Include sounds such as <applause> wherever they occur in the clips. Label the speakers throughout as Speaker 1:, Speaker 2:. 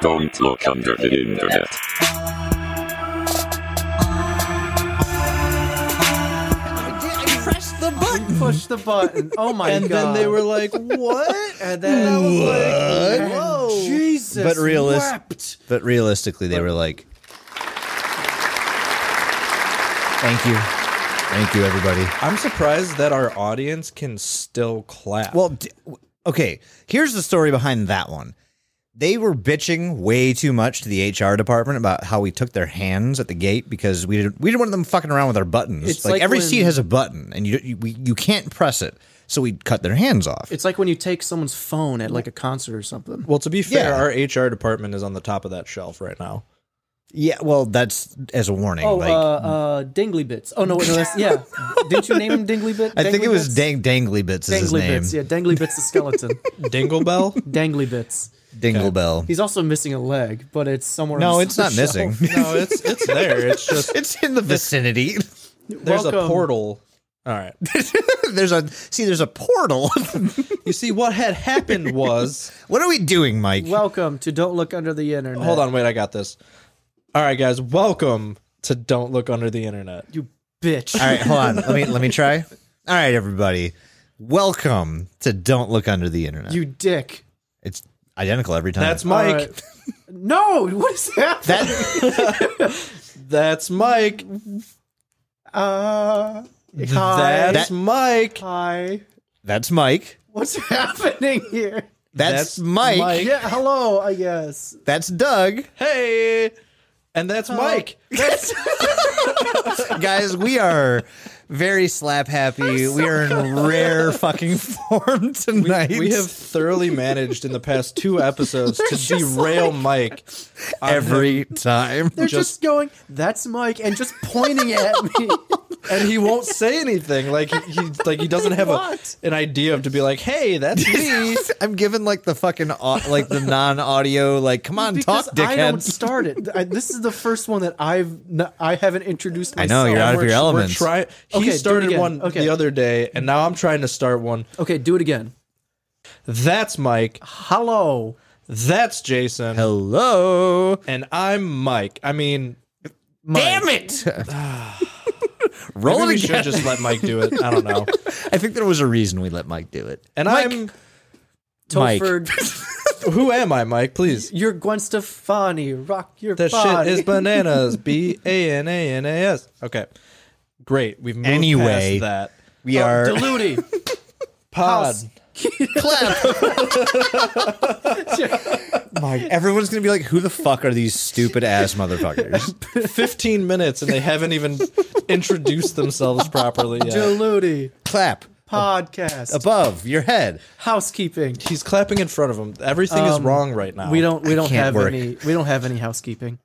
Speaker 1: Don't look under the internet.
Speaker 2: Press the button.
Speaker 3: Push the <laughs> button. Oh my
Speaker 4: and then
Speaker 3: god.
Speaker 4: they were like, "What?"
Speaker 3: And then I was like, whoa.
Speaker 4: Jesus,
Speaker 2: But realis-
Speaker 4: wept.
Speaker 2: But realistically, they were like, "Thank you, thank you, everybody."
Speaker 4: I'm surprised that our audience can still clap.
Speaker 2: Well, d- w- okay. Here's the story behind that one. They were bitching way too much to the HR department about how we took their hands at the gate because we didn't we didn't want them fucking around with our buttons.
Speaker 3: It's
Speaker 2: like,
Speaker 3: like
Speaker 2: every
Speaker 3: when-
Speaker 2: seat has a button, and you you, we- you can't press it, so we cut their hands off.
Speaker 3: It's like when you take someone's phone at like a concert or something.
Speaker 4: well, to be fair,
Speaker 2: Yeah.
Speaker 4: our HR department is on the top of that shelf right now.
Speaker 2: yeah, well, that's as a warning.
Speaker 3: Oh,
Speaker 2: like
Speaker 3: uh, uh, Dingley Bits. Oh no, wait, no, that's yeah. Didn't you name him Dingley Bit?
Speaker 2: I think
Speaker 3: Dangly
Speaker 2: it was
Speaker 3: Bits?
Speaker 2: Dang Dangly Bits is his
Speaker 3: Dangly
Speaker 2: name.
Speaker 3: Bits. Yeah, Dangly Bits the skeleton. <laughs>
Speaker 4: Dingle Bell.
Speaker 3: Dangly Bits.
Speaker 2: <laughs> Dingle Bell.
Speaker 3: He's also missing a leg, but it's somewhere.
Speaker 2: No,
Speaker 3: on
Speaker 2: it's
Speaker 3: the
Speaker 2: not
Speaker 3: shelf.
Speaker 2: missing.
Speaker 4: <laughs> no, it's it's there.
Speaker 2: <laughs>
Speaker 4: It's just
Speaker 2: it's in the vicinity. <laughs>
Speaker 4: there's a
Speaker 3: Welcome.
Speaker 4: portal. All right.
Speaker 2: there's a see. There's a portal. <laughs>
Speaker 4: You see, what had happened was.
Speaker 2: what are we doing, Mike?
Speaker 3: Welcome to Don't Look Under the Internet.
Speaker 4: Hold on, wait, I got this. All right, guys, welcome to Don't Look Under the Internet.
Speaker 3: you bitch.
Speaker 2: All right, hold on. Let me let me try. All right, everybody. Welcome to Don't Look Under the Internet.
Speaker 3: You dick.
Speaker 2: it's identical every time.
Speaker 4: That's Mike.
Speaker 3: All right. No, what is that?
Speaker 2: that
Speaker 4: That's Mike.
Speaker 3: Uh, hi.
Speaker 4: That's Mike.
Speaker 3: hi.
Speaker 2: that's Mike.
Speaker 3: What's <laughs> happening here?
Speaker 2: That's,
Speaker 4: That's
Speaker 2: Mike.
Speaker 4: Mike.
Speaker 3: Yeah, hello, I guess.
Speaker 2: That's Doug.
Speaker 4: Hey. And that's Mike.
Speaker 3: <laughs>
Speaker 2: Guys, we are very slap happy. We are in rare fucking <laughs> form tonight.
Speaker 4: We have thoroughly managed in the past two episodes to derail Mike. on
Speaker 2: every time.
Speaker 3: They're just, going, that's Mike, and just pointing at
Speaker 2: <laughs>
Speaker 3: me.
Speaker 4: and he won't say anything. Like he, he like he doesn't have a,
Speaker 3: What?
Speaker 4: an idea of to be like, hey, that's me.
Speaker 2: I'm given like the fucking au- like the non-audio like come on
Speaker 3: Because
Speaker 2: talk
Speaker 3: I don't
Speaker 2: dickhead.
Speaker 3: start it. I, this is the first one that I've n- I haven't introduced
Speaker 2: I
Speaker 3: myself.
Speaker 2: know you're out of your
Speaker 4: We're
Speaker 2: element.
Speaker 4: trying. He
Speaker 3: Okay, do it
Speaker 4: started
Speaker 3: again.
Speaker 4: one
Speaker 3: Okay.
Speaker 4: the other day, and now I'm trying to start one.
Speaker 3: Okay, do it again.
Speaker 4: That's Mike.
Speaker 3: Hello.
Speaker 4: That's Jason.
Speaker 2: Hello.
Speaker 4: And I'm Mike. I mean,
Speaker 2: Damn it!
Speaker 4: maybe
Speaker 2: <laughs> Roll
Speaker 4: we
Speaker 2: it again.
Speaker 4: should just let Mike do it. I don't
Speaker 3: <laughs>
Speaker 4: know.
Speaker 2: <laughs> I think there was a reason we let Mike do it.
Speaker 4: And
Speaker 3: Mike.
Speaker 4: I'm
Speaker 2: Mike.
Speaker 3: Topher,
Speaker 4: who am I, Mike? Please.
Speaker 3: you're Gwen Stefani. Rock your
Speaker 4: That shit
Speaker 3: body.
Speaker 4: is
Speaker 3: <laughs>
Speaker 4: bananas. B A N A N A S. Okay. Great. We've moved
Speaker 2: Anyway.
Speaker 4: past that.
Speaker 2: We
Speaker 3: Oh,
Speaker 2: are
Speaker 3: Diluti.
Speaker 4: Pod.
Speaker 3: House.
Speaker 2: clap. Mike, <laughs> everyone's gonna be like, "Who the fuck are these stupid ass motherfuckers?"
Speaker 4: 15 minutes and they haven't
Speaker 3: <laughs>
Speaker 4: even introduced themselves properly yet.
Speaker 3: Diluti.
Speaker 2: clap
Speaker 3: Podcast.
Speaker 2: above your head.
Speaker 3: housekeeping.
Speaker 4: He's clapping in front of him. Everything is wrong right now. <laughs>
Speaker 3: We don't we don't
Speaker 2: Oh, can't
Speaker 3: have
Speaker 2: work.
Speaker 3: any we don't have any housekeeping.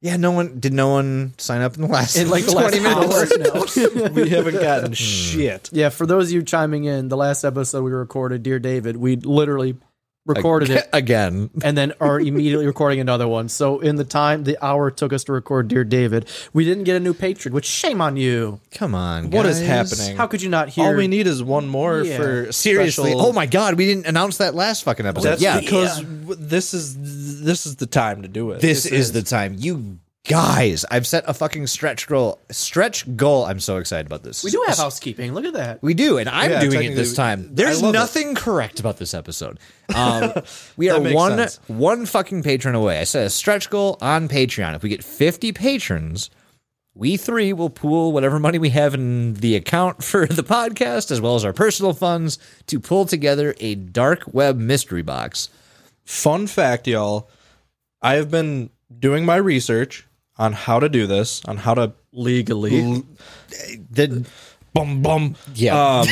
Speaker 2: Yeah, no one did. No one sign up in the last
Speaker 3: In
Speaker 2: <laughs>
Speaker 3: like the last
Speaker 2: 20 minutes.
Speaker 3: hour,
Speaker 4: <laughs>
Speaker 3: no.
Speaker 4: We haven't gotten shit.
Speaker 3: yeah, for those of you chiming in, the last episode we recorded, Dear David, we literally recorded it
Speaker 2: <laughs> again.
Speaker 3: and then are immediately recording another one. So in the time the hour it took us to record Dear David, we didn't get a new patron, which shame on you.
Speaker 2: Come on,
Speaker 4: What is
Speaker 2: guys.
Speaker 4: happening?
Speaker 3: How could you not hear
Speaker 4: All we need is one more
Speaker 3: Yeah.
Speaker 4: for
Speaker 2: Seriously,
Speaker 4: special-
Speaker 2: oh my god, we didn't announce that last fucking episode.
Speaker 4: That's
Speaker 2: yeah,
Speaker 4: because w- this is this is the time to do it.
Speaker 2: this is the time. You guys, I've set a fucking stretch goal. Stretch goal. I'm so excited about this.
Speaker 3: we do have housekeeping. Look at that.
Speaker 2: We do, and I'm
Speaker 4: Yeah,
Speaker 2: doing it
Speaker 4: technically
Speaker 2: this
Speaker 4: we-
Speaker 2: time.
Speaker 4: I
Speaker 2: There's
Speaker 4: love it.
Speaker 2: nothing correct about this episode.
Speaker 4: <laughs>
Speaker 2: Um, we
Speaker 4: That
Speaker 2: are
Speaker 4: makes
Speaker 2: one
Speaker 4: sense.
Speaker 2: one fucking patron away. I set a stretch goal on Patreon. If we get 50 patrons, we three will pool whatever money we have in the account <laughs> for the podcast, as well as our personal funds, to pull together a dark web mystery box.
Speaker 4: fun fact, y'all. I have been doing my research on how to do this, on how to
Speaker 3: legally.
Speaker 2: The,
Speaker 4: bum bum
Speaker 2: yeah,
Speaker 4: um,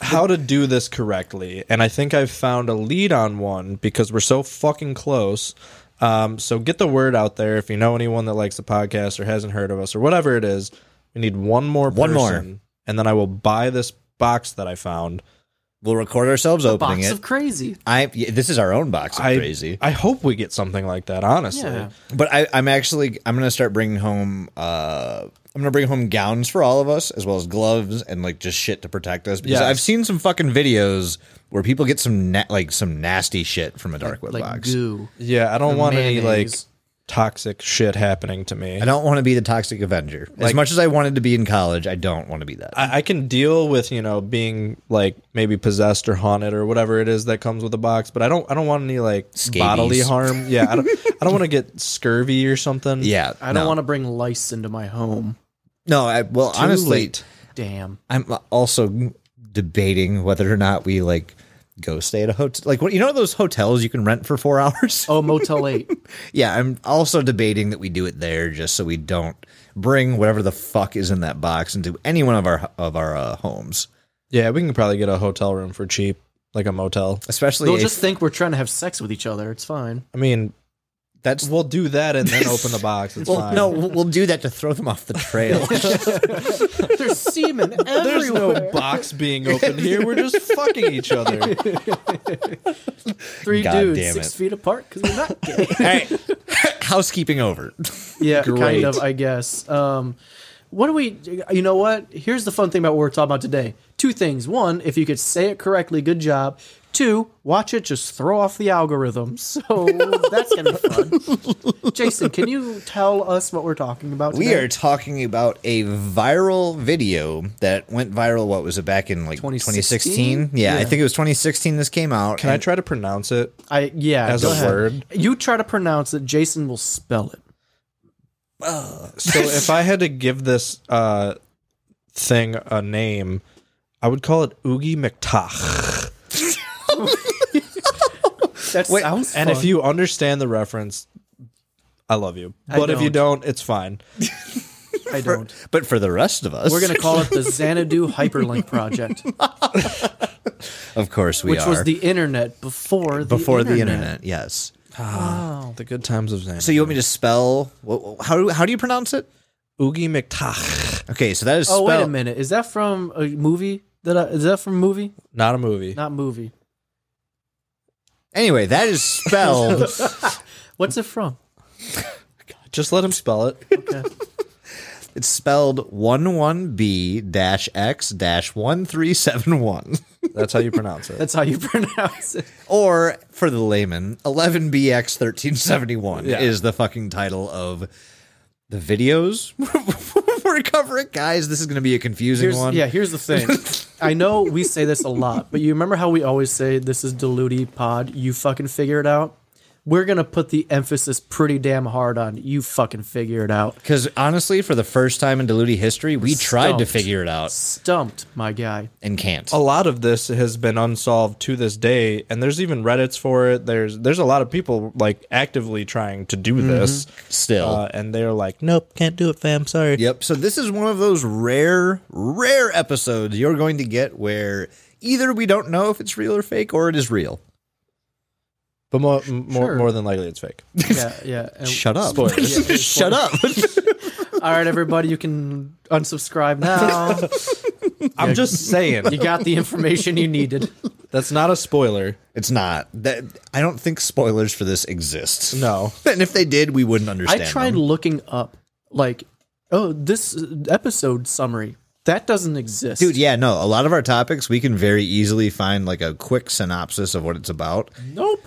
Speaker 4: how to do this correctly, and I think I've found a lead on one because we're so fucking close. Um, so get the word out there if you know anyone that likes the podcast or hasn't heard of us or whatever it is. We need one more,
Speaker 2: One more.
Speaker 4: person, and then I will buy this box that I found.
Speaker 2: <laughs> we'll record ourselves opening
Speaker 3: Box
Speaker 2: it.
Speaker 3: of crazy.
Speaker 2: I yeah, this is our own box of
Speaker 4: I
Speaker 2: crazy.
Speaker 4: I hope we get something like that. Honestly,
Speaker 3: Yeah.
Speaker 2: But I, I'm actually I'm gonna start bringing home. Uh, I'm I'm gonna bring home gowns for all of us, as well as gloves and like just shit to protect us. Because
Speaker 4: Yes.
Speaker 2: I've seen some fucking videos where people get some na- like some nasty shit from a dark web
Speaker 3: like
Speaker 2: box.
Speaker 3: goo.
Speaker 4: Yeah, I don't
Speaker 3: The
Speaker 4: want any like
Speaker 3: mayonnaise.
Speaker 4: toxic shit happening to me.
Speaker 2: I don't want to be the toxic Avenger. as
Speaker 4: Like-
Speaker 2: much as I wanted to be in college, I don't want to be that.
Speaker 4: I, I can deal with you know being like maybe possessed or haunted or whatever it is that comes with the box, but I don't I don't want any like
Speaker 2: Scabies.
Speaker 4: bodily harm. Yeah, I don't I don't want to get scurvy or something.
Speaker 2: yeah,
Speaker 3: I don't want to bring lice into my home.
Speaker 2: No, I, well,
Speaker 4: Too
Speaker 2: honestly,
Speaker 4: late.
Speaker 3: Damn.
Speaker 2: I'm also debating whether or not we like go stay at a hotel. Like, what you know, those hotels you can rent for four <laughs> hours.
Speaker 3: Oh, Motel 8.
Speaker 2: Yeah, I'm also debating that we do it there just so we don't bring whatever the fuck is in that box into any one of our of our uh, homes,
Speaker 4: Yeah, we can probably get a hotel room for cheap, like a motel.
Speaker 2: especially
Speaker 3: They'll
Speaker 2: if-
Speaker 3: just think we're trying to have sex with each other. It's fine.
Speaker 4: I mean,
Speaker 2: that's
Speaker 4: we'll do that and then open
Speaker 2: <laughs>
Speaker 4: the box. It's
Speaker 2: well,
Speaker 4: fine.
Speaker 2: no, we'll we'll do that to throw them off the <laughs> trail.
Speaker 3: There's semen
Speaker 4: There's
Speaker 3: everywhere.
Speaker 4: no box being open here. We're
Speaker 2: <laughs>
Speaker 4: just fucking each other.
Speaker 3: Three
Speaker 2: God
Speaker 3: dudes
Speaker 2: damn
Speaker 3: six
Speaker 2: it.
Speaker 3: feet apart because we're not gay.
Speaker 2: hey, <laughs> housekeeping over.
Speaker 3: yeah,
Speaker 4: Great.
Speaker 3: kind of, I guess. Um, what do we? You know what? Here's the fun thing about what we're talking about today. Two things. One, if you could say it correctly, good job. Two, watch it just throw off the algorithm. <laughs> So that's gonna be
Speaker 4: <laughs>
Speaker 3: fun. Jason, can you tell us what we're talking about?
Speaker 2: We
Speaker 3: today?
Speaker 2: are talking about a viral video that went viral. What was it back in like
Speaker 3: 2016?
Speaker 2: 2016? Yeah, I
Speaker 3: Yeah.
Speaker 2: think it was 2016. This came out.
Speaker 4: Can I
Speaker 2: and-
Speaker 4: try to pronounce it?
Speaker 3: I yeah.
Speaker 4: As
Speaker 3: go
Speaker 4: a
Speaker 3: ahead.
Speaker 4: word?
Speaker 3: you try to pronounce it. Jason will spell it.
Speaker 4: So if I had to give this uh, thing a name, I would call it Oogie McTach.
Speaker 3: That sounds.
Speaker 4: And if
Speaker 3: fun.
Speaker 4: you understand the reference, I love you.
Speaker 3: I
Speaker 4: But if you
Speaker 3: don't.
Speaker 4: don't, it's fine.
Speaker 3: I don't.
Speaker 2: But for the rest of us,
Speaker 3: We're gonna call it the Xanadu
Speaker 4: <laughs>
Speaker 3: Hyperlink Project,
Speaker 2: <laughs> of course, we
Speaker 3: which
Speaker 2: are
Speaker 3: was the internet before the
Speaker 2: before the
Speaker 3: internet.
Speaker 2: internet. Yes.
Speaker 3: Wow.
Speaker 4: The good times of Xanadu.
Speaker 2: So you want me to spell? wh- wh- How do how do you pronounce it?
Speaker 4: Oogie McTach.
Speaker 2: Okay, so that is.
Speaker 3: Oh wait a
Speaker 2: spelled-
Speaker 3: minute, is that from a movie? That I, is that from a movie?
Speaker 4: Not a movie.
Speaker 3: Not movie.
Speaker 2: Anyway, that is spelled.
Speaker 3: <laughs> What's it from?
Speaker 4: Just let him spell it.
Speaker 3: Okay.
Speaker 2: it's spelled one one b dash x dash one three seven one,
Speaker 4: That's how you pronounce it.
Speaker 3: <laughs> That's how you pronounce it.
Speaker 2: or for the layman, eleven b x thirteen seventy one
Speaker 4: Yeah.
Speaker 2: is the fucking title of the videos <laughs> we're covering. Guys, this is going to be a confusing
Speaker 3: Here's,
Speaker 2: one.
Speaker 3: yeah, here's the
Speaker 2: <laughs>
Speaker 3: thing. I know we say this a lot, but you remember how we always say this is Diluti Pod. You fucking figure it out. We're gonna put the emphasis pretty damn hard on you fucking figure it out.
Speaker 2: Because honestly, for the first time in Diluti history, we tried to
Speaker 3: Stumped. Oh,
Speaker 2: figure it out
Speaker 3: Stumped, my guy.
Speaker 2: and can't.
Speaker 4: a lot of this has been unsolved to this day, and there's even Reddits for it. There's there's a lot of people like actively trying to do this
Speaker 2: Still.
Speaker 4: uh, and they're like, nope, can't do it, fam. Sorry.
Speaker 2: Yep. So this is one of those rare, rare episodes you're going to get where either we don't know if it's real or fake, or it is real.
Speaker 4: But more m- more,
Speaker 3: Sure.
Speaker 4: more than likely, it's fake.
Speaker 3: Yeah,
Speaker 2: <laughs>
Speaker 3: yeah. And-
Speaker 2: Shut up. <laughs>
Speaker 3: Spoilers. Yeah, it's
Speaker 2: Shut up.
Speaker 3: All right, everybody, you can unsubscribe
Speaker 2: <laughs>
Speaker 3: now.
Speaker 4: <laughs> I'm just saying
Speaker 3: <laughs> You got the information you needed.
Speaker 4: that's not a spoiler.
Speaker 2: it's not. That I don't think spoilers for this exist.
Speaker 4: No,
Speaker 2: And if they did, we wouldn't
Speaker 3: I
Speaker 2: understand.
Speaker 3: tried
Speaker 2: them.
Speaker 3: looking up, like, oh, this episode summary. That doesn't exist.
Speaker 2: Dude, yeah, no. A lot of our topics we can very easily find like a quick synopsis of what it's about.
Speaker 3: Nope.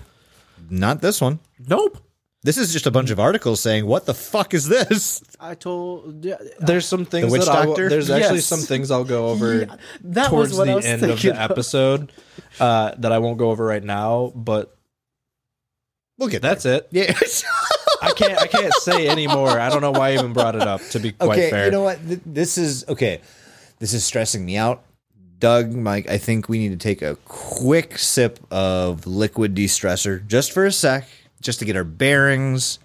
Speaker 2: Not this one.
Speaker 3: Nope.
Speaker 2: This is just a bunch of articles saying, "What the fuck is this?" <laughs>
Speaker 3: I told. Yeah,
Speaker 4: there's some things
Speaker 2: witch
Speaker 4: that I'll-
Speaker 2: doctor?
Speaker 4: there's actually
Speaker 3: Yes.
Speaker 4: some things I'll go over
Speaker 3: that
Speaker 4: towards
Speaker 3: was what
Speaker 4: the
Speaker 3: I was
Speaker 4: end of
Speaker 3: thinking.
Speaker 4: the episode uh, that I won't go over right now. But
Speaker 2: We'll get
Speaker 4: that's it.
Speaker 2: there. yeah. <laughs>
Speaker 4: I can't I can't say anymore. I don't know why I even brought it up. To be quite
Speaker 2: okay,
Speaker 4: fair,
Speaker 2: you know what? Th- This is okay. This is stressing me out. Doug, Mike, I think we need to take a quick sip of liquid de-stressor just for a sec, just to get our bearings.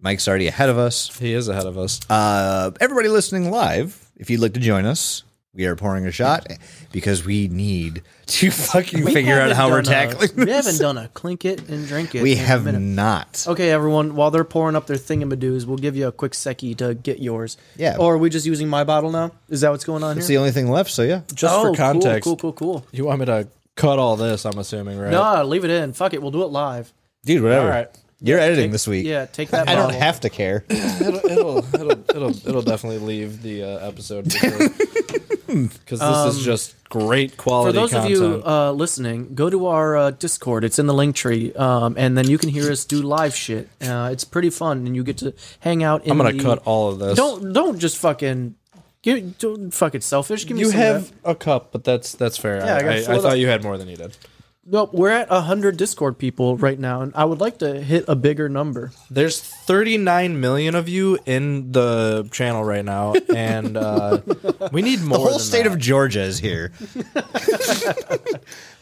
Speaker 2: Mike's already ahead of us.
Speaker 4: he is ahead of us.
Speaker 2: Uh, everybody listening live, if you'd like to join us, we are pouring a shot because we need to <laughs> fucking
Speaker 3: We
Speaker 2: figure out
Speaker 3: haven't
Speaker 2: how we're
Speaker 3: done a- <laughs>
Speaker 2: tackling
Speaker 3: We haven't
Speaker 2: this.
Speaker 3: done a clink it and drink it.
Speaker 2: We
Speaker 3: in a
Speaker 2: have
Speaker 3: minute.
Speaker 2: not.
Speaker 3: Okay, everyone. While they're pouring up their thingamadoos, we'll give you a quick secchi to get yours.
Speaker 2: Yeah.
Speaker 3: Or are we just using my bottle now? Is that what's going on
Speaker 2: It's
Speaker 3: here?
Speaker 2: the only thing left, so yeah.
Speaker 4: Just
Speaker 3: Oh,
Speaker 4: for context,
Speaker 3: Cool, cool, cool, cool.
Speaker 4: you want me to cut all this? I'm assuming, right?
Speaker 3: No, leave it in. Fuck it. We'll do it live.
Speaker 2: Dude, whatever.
Speaker 4: All right.
Speaker 2: You're editing this week.
Speaker 3: Yeah, take that.
Speaker 2: I don't
Speaker 3: bottle.
Speaker 2: have to care.
Speaker 4: it'll, it'll, it'll, it'll, it'll definitely leave the uh, episode <laughs> because this is just great quality
Speaker 3: For those
Speaker 4: content.
Speaker 3: of you uh, listening, go to our uh, Discord. It's in the link tree, um, and then you can hear us do live shit. Uh, it's pretty fun, and you get to hang out. In
Speaker 4: I'm gonna
Speaker 3: the-
Speaker 4: cut all of this.
Speaker 3: Don't don't just fucking. Give, don't fucking selfish.
Speaker 2: Hmm,
Speaker 3: Give me
Speaker 4: you
Speaker 3: some of
Speaker 4: have
Speaker 3: that.
Speaker 4: a cup, but that's that's fair.
Speaker 3: Yeah, I
Speaker 4: I,
Speaker 3: gotta
Speaker 4: I,
Speaker 3: fill
Speaker 4: I
Speaker 3: it
Speaker 4: thought
Speaker 3: up.
Speaker 4: you had more than you did.
Speaker 3: Nope, we're at hundred Discord people right now, and I would like to hit a bigger number.
Speaker 4: There's 39 million of you in the channel right now, and
Speaker 2: <laughs>
Speaker 4: uh, we need more.
Speaker 2: The whole
Speaker 4: than
Speaker 2: state
Speaker 4: that.
Speaker 2: of Georgia
Speaker 4: <laughs>
Speaker 2: is here.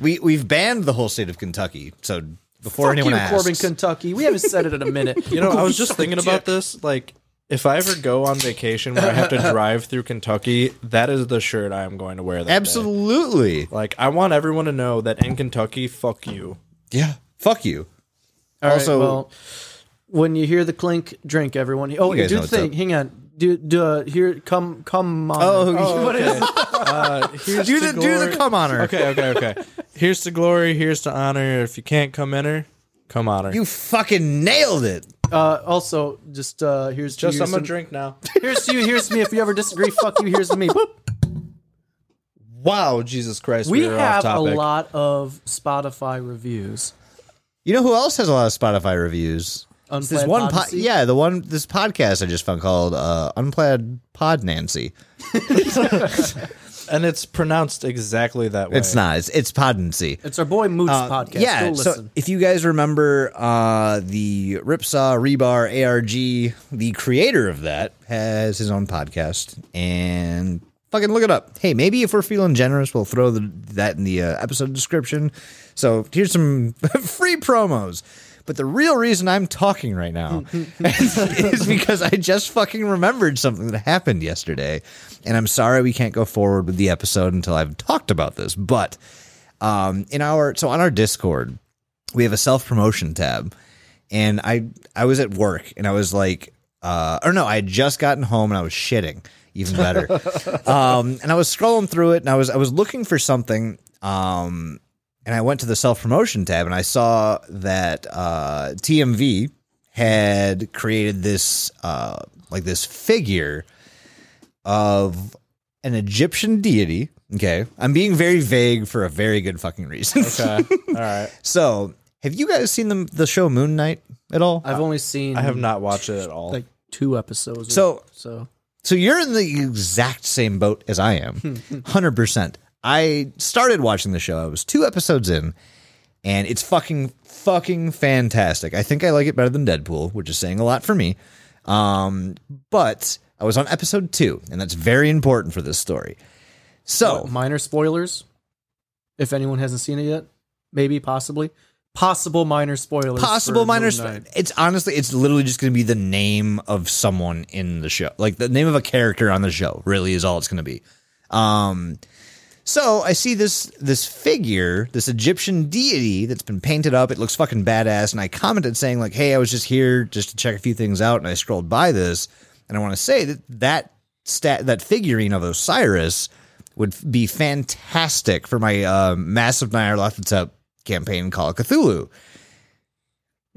Speaker 2: we we've banned the whole state of Kentucky. So before
Speaker 3: Fuck
Speaker 2: anyone
Speaker 3: you,
Speaker 2: asks,
Speaker 3: Corbin, Kentucky. We haven't said it in a
Speaker 4: <laughs>
Speaker 3: minute.
Speaker 4: You know, I was
Speaker 2: <laughs>
Speaker 4: just thinking about this. Like, if I ever go on vacation where I
Speaker 2: <laughs>
Speaker 4: have to drive through Kentucky, that is the shirt I am going to wear. That day.
Speaker 2: absolutely,
Speaker 4: Like, I want everyone to know that in Kentucky, fuck you.
Speaker 2: yeah, fuck you.
Speaker 3: All right,
Speaker 2: Also-
Speaker 3: well, when you hear the clink, drink everyone. Oh, you
Speaker 2: You guys
Speaker 3: do
Speaker 2: know
Speaker 3: the
Speaker 2: what's
Speaker 3: thing.
Speaker 2: up.
Speaker 3: Hang on. Do do uh, here. Come come on.
Speaker 4: Oh,
Speaker 2: what is-
Speaker 4: Uh, here's
Speaker 2: do
Speaker 4: to
Speaker 2: the do
Speaker 4: glory-
Speaker 2: the come on her.
Speaker 4: Okay, okay, okay. Here's to glory. Here's to honor. If you can't come in her, come on her.
Speaker 2: You fucking nailed it.
Speaker 3: Uh, also, just uh, here's to
Speaker 4: just
Speaker 3: you,
Speaker 4: I'm gonna
Speaker 3: some-
Speaker 4: drink now.
Speaker 3: Here's to you. Here's to me. If you ever disagree, fuck you. Here's to me. Boop.
Speaker 4: <laughs> Wow, Jesus Christ,
Speaker 3: We
Speaker 4: we, are
Speaker 3: have
Speaker 4: off
Speaker 3: a
Speaker 4: topic.
Speaker 3: lot of Spotify reviews.
Speaker 2: You know who else has a lot of Spotify reviews?
Speaker 3: Unplanned
Speaker 2: This one, po-
Speaker 3: Odyssey.
Speaker 2: yeah, the one this podcast I just found called uh, Unplaid Pod Nancy.
Speaker 4: and it's pronounced exactly that way.
Speaker 2: It's not. It's, it's Pod Nancy.
Speaker 3: It's our boy Moots podcast.
Speaker 2: Uh, Yeah.
Speaker 3: Go
Speaker 2: So
Speaker 3: listen.
Speaker 2: if you guys remember, uh, the Ripsaw Rebar ARG, the creator of that, has his own podcast, and fucking look it up. Hey, maybe if we're feeling generous, we'll throw the, that in the uh, episode description. So here's some <laughs> free promos. But the real reason I'm talking right now
Speaker 3: <laughs>
Speaker 2: is because I just fucking remembered something that happened yesterday. And I'm sorry we can't go forward with the episode until I've talked about this. But um, in our so on our Discord, we have a self promotion tab, and I I was at work and I was like, uh, or no, I had just gotten home and I was shitting, even better. um, and I was scrolling through it and I was I was looking for something, um, and I went to the self promotion tab and I saw that uh, TMV had created this uh, like this figure of an Egyptian deity. Okay, I'm being very vague for a very good fucking reason.
Speaker 4: Okay. All right.
Speaker 2: So, have you guys seen the the show Moon Knight at all?
Speaker 3: I've only seen
Speaker 4: I have not watched it at all.
Speaker 3: like two episodes.
Speaker 2: So-
Speaker 3: so
Speaker 2: so you're in the exact same boat as I am, hundred percent. I started watching the show. I was two episodes in, and it's fucking fucking fantastic. I think I like it better than Deadpool, which is saying a lot for me. Um, but I was on episode two, and that's very important for this story. So
Speaker 3: minor spoilers. If anyone hasn't seen it yet, maybe possibly possible minor spoilers.
Speaker 2: possible
Speaker 3: for
Speaker 2: minor.
Speaker 3: Moon
Speaker 2: sp-
Speaker 3: Knight.
Speaker 2: It's honestly, it's literally just going to be the name of someone in the show, like the name of a character on the show. Really, is all it's going to be. Um, so I see this this figure, this Egyptian deity that's been painted up. It looks fucking badass, and I commented saying like, "Hey, I was just here just to check a few things out, and I scrolled by this, and I want to say that that stat that figurine of Osiris." Would f- be fantastic for my uh, massive Nyarlathotep campaign, Call of Cthulhu.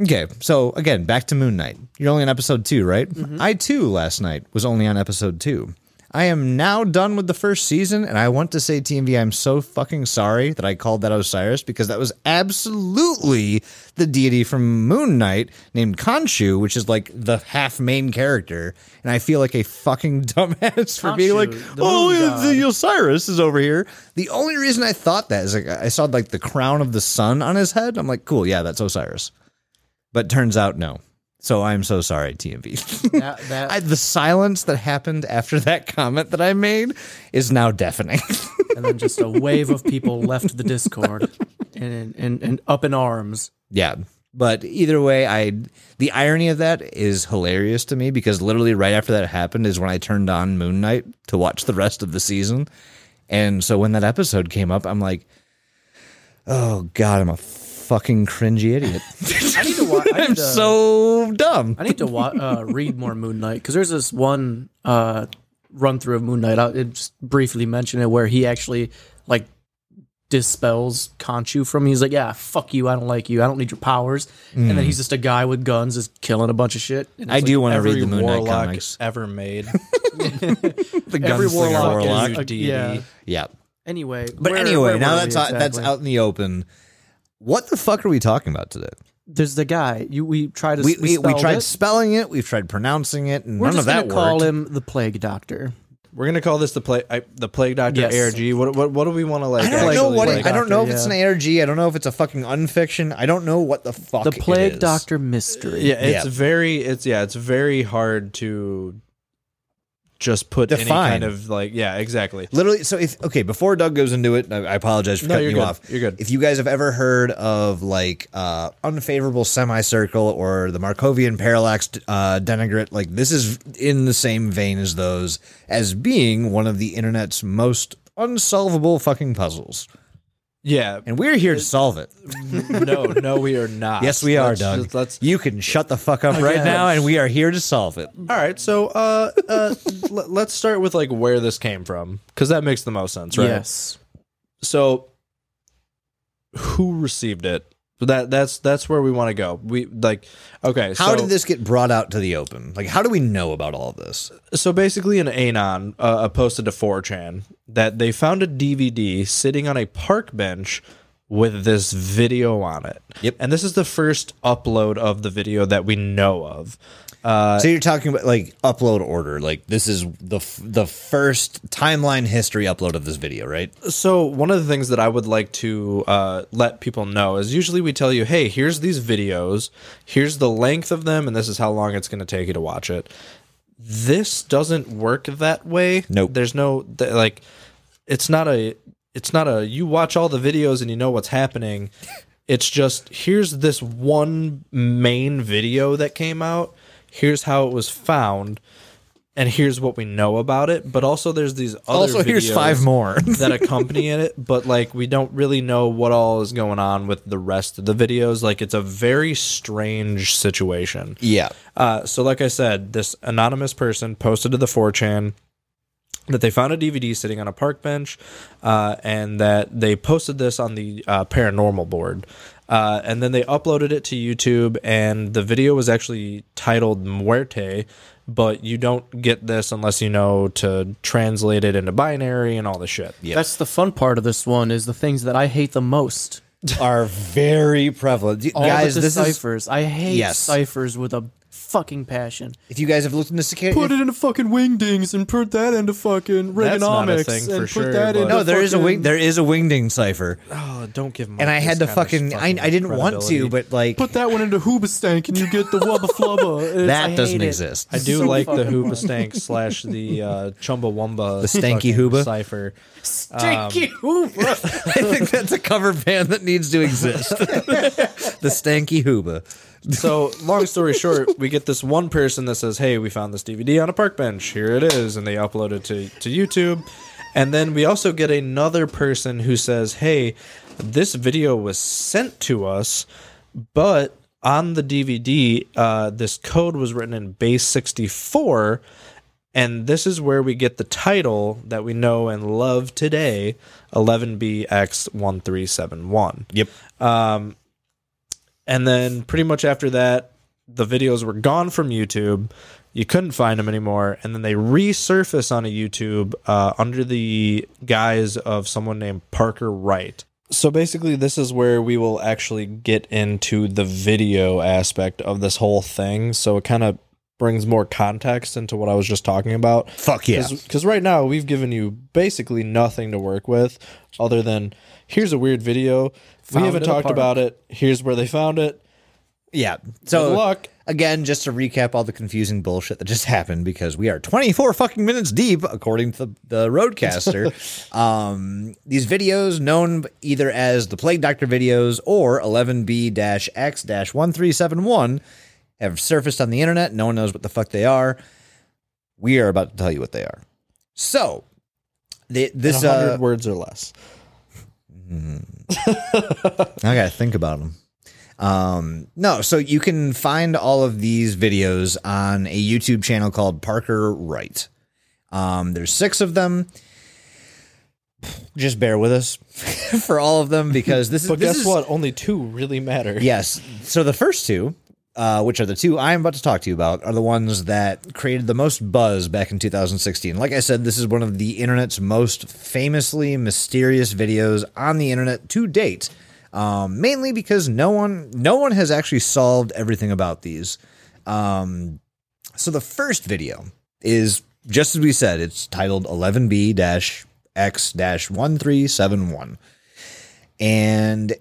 Speaker 2: Okay, so again, back to Moon Knight. You're only on episode two, right?
Speaker 3: Mm-hmm.
Speaker 2: I too last night was only on episode two. I am now done with the first season, and I want to say TMV, I'm so fucking sorry that I called that Osiris because that was absolutely the deity from Moon Knight named Khonshu, which is like the half main character. And I feel like a fucking <laughs> dumbass for being
Speaker 3: Khonshu,
Speaker 2: like,
Speaker 3: the moon
Speaker 2: oh,
Speaker 3: god."
Speaker 2: the Osiris is over here. The only reason I thought that is like I saw like the crown of the sun on his head. I'm like, cool, yeah, that's Osiris. But turns out no. So I'm so sorry, TMV.
Speaker 3: That- that-
Speaker 2: <laughs> I, the silence that happened after that comment that I made is now deafening. <laughs>
Speaker 3: and then just a wave of people left the
Speaker 2: <laughs>
Speaker 3: Discord and and and up in arms.
Speaker 2: yeah. But either way, I the irony of that is hilarious to me because literally right after that happened is when I turned on Moon Knight to watch the rest of the season. And so when that episode came up, I'm like, oh God, I'm a fucking cringy idiot.
Speaker 3: <laughs> I need to watch. I
Speaker 2: <laughs> I'm
Speaker 3: need to,
Speaker 2: so dumb.
Speaker 3: I need to wa- uh, read more Moon Knight because there's this one uh, run through of Moon Knight. I'll I'll just briefly mention it where he actually like dispels Conchu from. He's like, yeah, fuck you. I don't like you. I don't need your powers. And then he's just a guy with guns, is killing a bunch of shit. And
Speaker 2: I
Speaker 3: it's
Speaker 2: do want to
Speaker 4: Every
Speaker 2: read the Moon Knight
Speaker 4: warlock
Speaker 2: comics.
Speaker 4: ever made.
Speaker 2: The
Speaker 3: every
Speaker 2: Gunslinger
Speaker 3: warlock, is
Speaker 4: warlock.
Speaker 3: a-
Speaker 4: Deity.
Speaker 3: yeah.
Speaker 2: Yeah.
Speaker 3: Anyway,
Speaker 2: But
Speaker 3: where-
Speaker 2: anyway,
Speaker 3: where
Speaker 2: now
Speaker 3: were we
Speaker 2: that's out, that's
Speaker 3: exactly?
Speaker 2: out in the open. What the fuck are we talking about today?
Speaker 3: There's the guy. You we tried to
Speaker 2: We we, we
Speaker 3: spelled
Speaker 2: tried
Speaker 3: it.
Speaker 2: spelling it. We've tried pronouncing it, and
Speaker 3: We're
Speaker 2: none of
Speaker 3: just
Speaker 2: that
Speaker 3: gonna call
Speaker 2: worked.
Speaker 3: him the Plague Doctor.
Speaker 4: <laughs> We're gonna call this the play I, the plague doctor
Speaker 3: Yes.
Speaker 4: ARG. What, what what do we want to like?
Speaker 2: I don't know
Speaker 4: actually,
Speaker 2: what
Speaker 4: like,
Speaker 2: it, I don't know if
Speaker 3: Doctor,
Speaker 2: it's an
Speaker 3: yeah.
Speaker 2: ARG. I don't know if it's a fucking unfiction. I don't know what the fuck.
Speaker 3: The
Speaker 2: it
Speaker 3: Plague
Speaker 2: is.
Speaker 3: Doctor mystery.
Speaker 4: Yeah, it's
Speaker 2: Yeah.
Speaker 4: very it's yeah, it's very hard to just put any
Speaker 2: Define.
Speaker 4: kind of like yeah, exactly.
Speaker 2: Literally, so if okay, before Doug goes into it, I, I apologize for
Speaker 4: No,
Speaker 2: cutting
Speaker 4: you're
Speaker 2: you
Speaker 4: good.
Speaker 2: off.
Speaker 4: You're good.
Speaker 2: If you guys have ever heard of like uh, unfavorable semicircle or the Markovian parallax uh, denigrate, like this is in the same vein as those, as being one of the internet's most unsolvable fucking puzzles,
Speaker 4: Yeah.
Speaker 2: and we're here to solve it.
Speaker 4: no, no, we are not.
Speaker 2: Yes, we are,
Speaker 4: Let's
Speaker 2: Doug.
Speaker 4: just- let's
Speaker 2: you can shut the fuck up right now, and we are here to solve it.
Speaker 4: all right. So uh
Speaker 2: <laughs>
Speaker 4: uh l- let's start with like where this came from. Because that makes the most sense, right?
Speaker 3: Yes.
Speaker 4: so who received it? That that's that's where we want to go. We like okay. so,
Speaker 2: How did this get brought out to the open? Like, how do we know about all this?
Speaker 4: so basically an anon uh, uh, posted to 4chan that they found a dvd sitting on a park bench with this video on it
Speaker 2: Yep.
Speaker 4: and this is the first upload of the video that we know of uh,
Speaker 2: So you're talking about like upload order. Like this is the f- the first timeline history upload of this video, right?
Speaker 4: so one of the things that i would like to uh, let people know is usually we tell you hey here's these videos here's the length of them and this is how long it's going to take you to watch it this doesn't work that way
Speaker 2: Nope.
Speaker 4: there's no th- like it's not a it's not a you watch all the videos and you know what's happening it's just here's this one main video that came out here's how it was found and here's what we know about it but also there's these other
Speaker 2: Also, here's
Speaker 4: videos
Speaker 2: five more.
Speaker 4: <laughs> that accompany it but like we don't really know what all is going on with the rest of the videos like it's a very strange situation
Speaker 2: Yeah.
Speaker 4: uh, so, like I said, this anonymous person posted to the 4chan that they found a DVD sitting on a park bench uh, and that they posted this on the uh, paranormal board. Uh, and then they uploaded it to YouTube, and the video was actually titled Muerte, but you don't get this unless you know to translate it into binary and all the shit.
Speaker 3: That's the fun part of this one is the things that I hate the most.
Speaker 2: <laughs> Are very prevalent, You-
Speaker 3: All
Speaker 2: guys.
Speaker 3: the
Speaker 2: This is
Speaker 3: ciphers. I hate
Speaker 2: Yes.
Speaker 3: ciphers with a fucking passion.
Speaker 2: if you guys have looked into security.
Speaker 3: Put it into fucking wingdings and put that into fucking
Speaker 4: That's not a
Speaker 3: Reaganomics
Speaker 4: thing
Speaker 3: and
Speaker 4: for
Speaker 3: put
Speaker 4: sure,
Speaker 3: that
Speaker 4: but-
Speaker 3: into
Speaker 2: no, there is a wing.
Speaker 3: fucking-
Speaker 2: There is a wingding cipher,
Speaker 4: Oh, don't give Mike
Speaker 2: and I
Speaker 4: this
Speaker 2: had to
Speaker 4: kind of
Speaker 2: fucking. I, I didn't want to,
Speaker 4: credibility.
Speaker 2: but like
Speaker 3: Put that one into Hoobastank and you get the Wubba Flubba. It's- I
Speaker 2: that
Speaker 3: hate
Speaker 2: doesn't
Speaker 3: it.
Speaker 2: exist.
Speaker 4: I do
Speaker 3: So
Speaker 4: like the
Speaker 3: fucking
Speaker 4: Hooba <laughs> Stank slash the <laughs> uh, Chumbawamba.
Speaker 2: The Stanky
Speaker 4: fucking
Speaker 2: Hooba?
Speaker 4: Cypher.
Speaker 3: Stinky Hooba.
Speaker 2: <laughs> I think that's a cover band that needs
Speaker 3: <laughs>
Speaker 2: to exist. <laughs> the Stanky Hooba.
Speaker 4: So, long story short, we get this one person that says, Hey, we found this DVD on a park bench. Here it is. And they upload it to, to YouTube. And then we also get another person who says, Hey, this video was sent to us, but on the DVD, uh, this code was written in base 64. And this is where we get the title that we know and love today 11BX1371.
Speaker 2: Yep.
Speaker 4: And then pretty much after that, the videos were gone from YouTube. You couldn't find them anymore. And then they resurface on a YouTube uh, under the guise of someone named Parker Wright. So basically, this is where we will actually get into the video aspect of this whole thing. So it kind of brings more context into what I was just talking about.
Speaker 2: Fuck yeah.
Speaker 4: Because right now we've given you basically nothing to work with, other than here's a weird video.
Speaker 3: Found
Speaker 4: we haven't
Speaker 3: in a
Speaker 4: talked
Speaker 3: park.
Speaker 4: about it. Here's where they found it.
Speaker 2: Yeah. So
Speaker 4: Good luck.
Speaker 2: again, just to recap all the confusing bullshit that just <laughs> happened because we are 24 fucking minutes deep, according to the, the roadcaster. um, these videos, known either as the Plague Doctor videos or 11B X 1371, have surfaced on the internet. No one knows what the fuck they are. We are about to tell you what they are. So, the, this.
Speaker 4: hundred
Speaker 2: Uh,
Speaker 4: words or less.
Speaker 2: I gotta think about them. Um, no, so you can find all of these videos on a YouTube channel called Parker Wright. Um, there's six of them. just bear with us <laughs> for all of them because this is.
Speaker 4: But
Speaker 2: this
Speaker 4: guess
Speaker 2: is-
Speaker 4: what? Only two really matter.
Speaker 2: Yes. So the first two, uh, which are the two I am about to talk to you about, are the ones that created the most buzz back in 2016. Like I said, this is one of the internet's most famously mysterious videos on the internet to date. Um, mainly because no one, no one has actually solved everything about these. Um, so the first video is just as we said. It's titled 11B-X-1371, and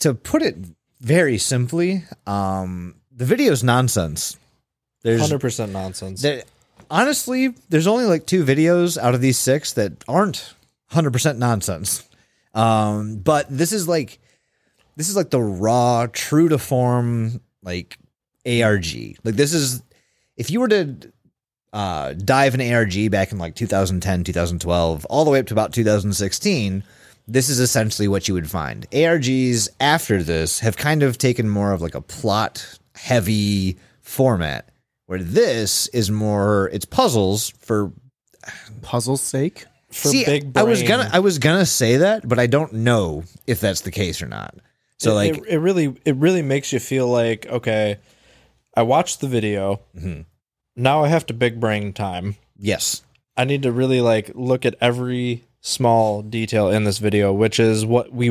Speaker 2: to put it very simply, um, the video's nonsense. There's
Speaker 4: Hundred percent nonsense.
Speaker 2: there, honestly, there's only like two videos out of these six that aren't 100% nonsense. Um, but this is like this is like the raw, true to form like ARG. Like this is if you were to uh, dive in ARG back in like 2010, 2012, all the way up to about 2016, this is essentially what you would find. ARGs after this have kind of taken more of like a plot heavy format, where this is more it's puzzles for
Speaker 5: Puzzle's sake.
Speaker 4: For
Speaker 2: See,
Speaker 4: big
Speaker 2: I was
Speaker 4: brain.
Speaker 2: gonna I was gonna say that, but I don't know if that's the case or not. So
Speaker 4: It-
Speaker 2: like
Speaker 4: it, it really it really makes you feel like okay i watched the video
Speaker 2: Mm-hmm.
Speaker 4: now i have to big brain time
Speaker 2: yes.
Speaker 4: i need to really like look at every small detail in this video which is what we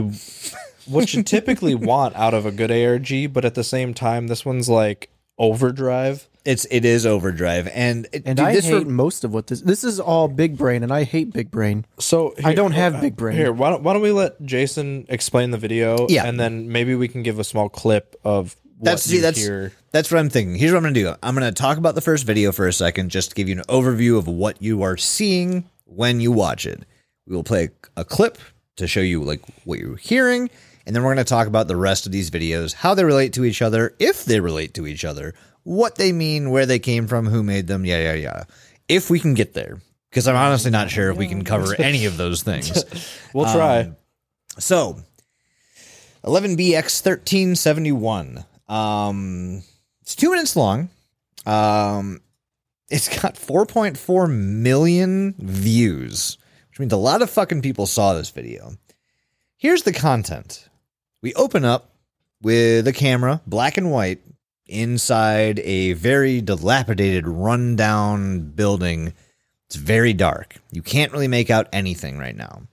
Speaker 4: what you typically
Speaker 2: <laughs>
Speaker 4: want out of a good arg but at the same time this one's like overdrive
Speaker 2: It's it is overdrive and it,
Speaker 5: And
Speaker 2: dude,
Speaker 5: I
Speaker 2: this
Speaker 5: hate
Speaker 2: re-
Speaker 5: most of what this. This is all big brain, and I hate big brain.
Speaker 4: so uh,
Speaker 5: I don't have big brain.
Speaker 4: here why don't, why don't we let jason explain the video
Speaker 2: Yeah.
Speaker 4: and then maybe we can give a small clip of what
Speaker 2: that's see,
Speaker 4: you
Speaker 2: that's
Speaker 4: hear.
Speaker 2: that's what I'm thinking. Here's what I'm gonna do. I'm gonna talk about the first video for a second, just to give you an overview of what you are seeing when you watch it. We will play a clip to show you like what you're hearing, and then we're gonna talk about the rest of these videos, how they relate to each other, if they relate to each other, what they mean, where they came from, who made them, yeah, yeah, yeah. If we can get there, because I'm honestly not sure if we can cover any of
Speaker 4: <laughs>
Speaker 2: those things.
Speaker 4: we'll try
Speaker 5: um,
Speaker 2: So, 11BX1371. Um, it's two minutes long. Um, it's got 4.4 million views, which means a lot of fucking people saw this video. Here's the content we open up with a camera, black and white, inside a very dilapidated, rundown building. It's very dark. You can't really make out anything right now.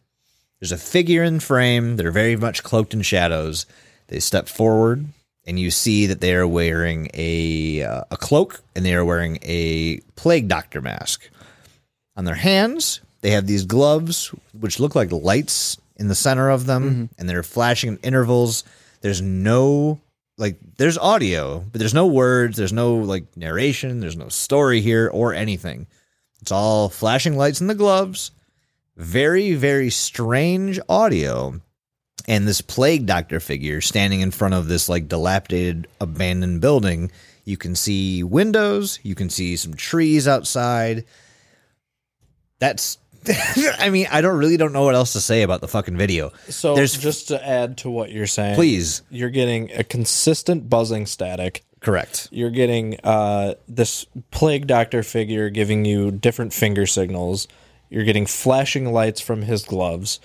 Speaker 2: There's a figure in frame. They're very much cloaked in shadows. They step forward, and you see that they are wearing a uh, a cloak and they are wearing a plague doctor mask. On their hands, they have these gloves which look like lights in the center of them, and they're flashing at intervals. There's no like there's audio, but there's no words, there's no like narration, there's no story here or anything. It's all flashing lights in the gloves very, very strange audio and this plague doctor figure standing in front of this like dilapidated abandoned building. You can see windows, you can see some trees outside. That's <laughs> I mean, I don't really don't know what else to say about the fucking video.
Speaker 4: So
Speaker 2: There's-
Speaker 4: just to add to what you're saying,
Speaker 2: Please.
Speaker 4: You're getting a consistent buzzing static.
Speaker 2: Correct.
Speaker 4: You're getting uh, this plague doctor figure giving you different finger signals. You're getting flashing lights from his gloves.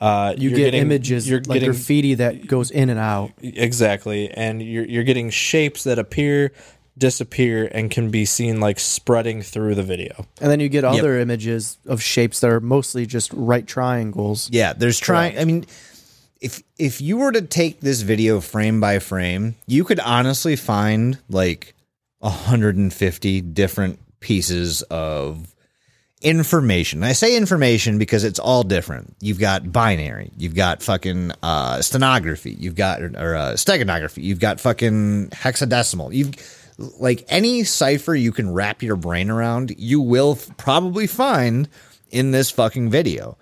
Speaker 4: Uh,
Speaker 5: You
Speaker 4: you're
Speaker 5: get
Speaker 4: getting-
Speaker 5: images
Speaker 4: You're
Speaker 5: like
Speaker 4: getting
Speaker 5: graffiti that goes in and out.
Speaker 4: exactly, and you're you're getting shapes that appear, disappear, and can be seen like spreading through the video.
Speaker 5: And then you get other images of shapes that are mostly just right triangles.
Speaker 2: Yeah, there's trying. I mean, if if you were to take this video frame by frame, you could honestly find like 150 different pieces of information. I say information because it's all different. You've got binary, you've got fucking uh, stenography, you've got or uh, steganography, you've got fucking hexadecimal. You've like any cipher you can wrap your brain around, you will f- probably find in this fucking video.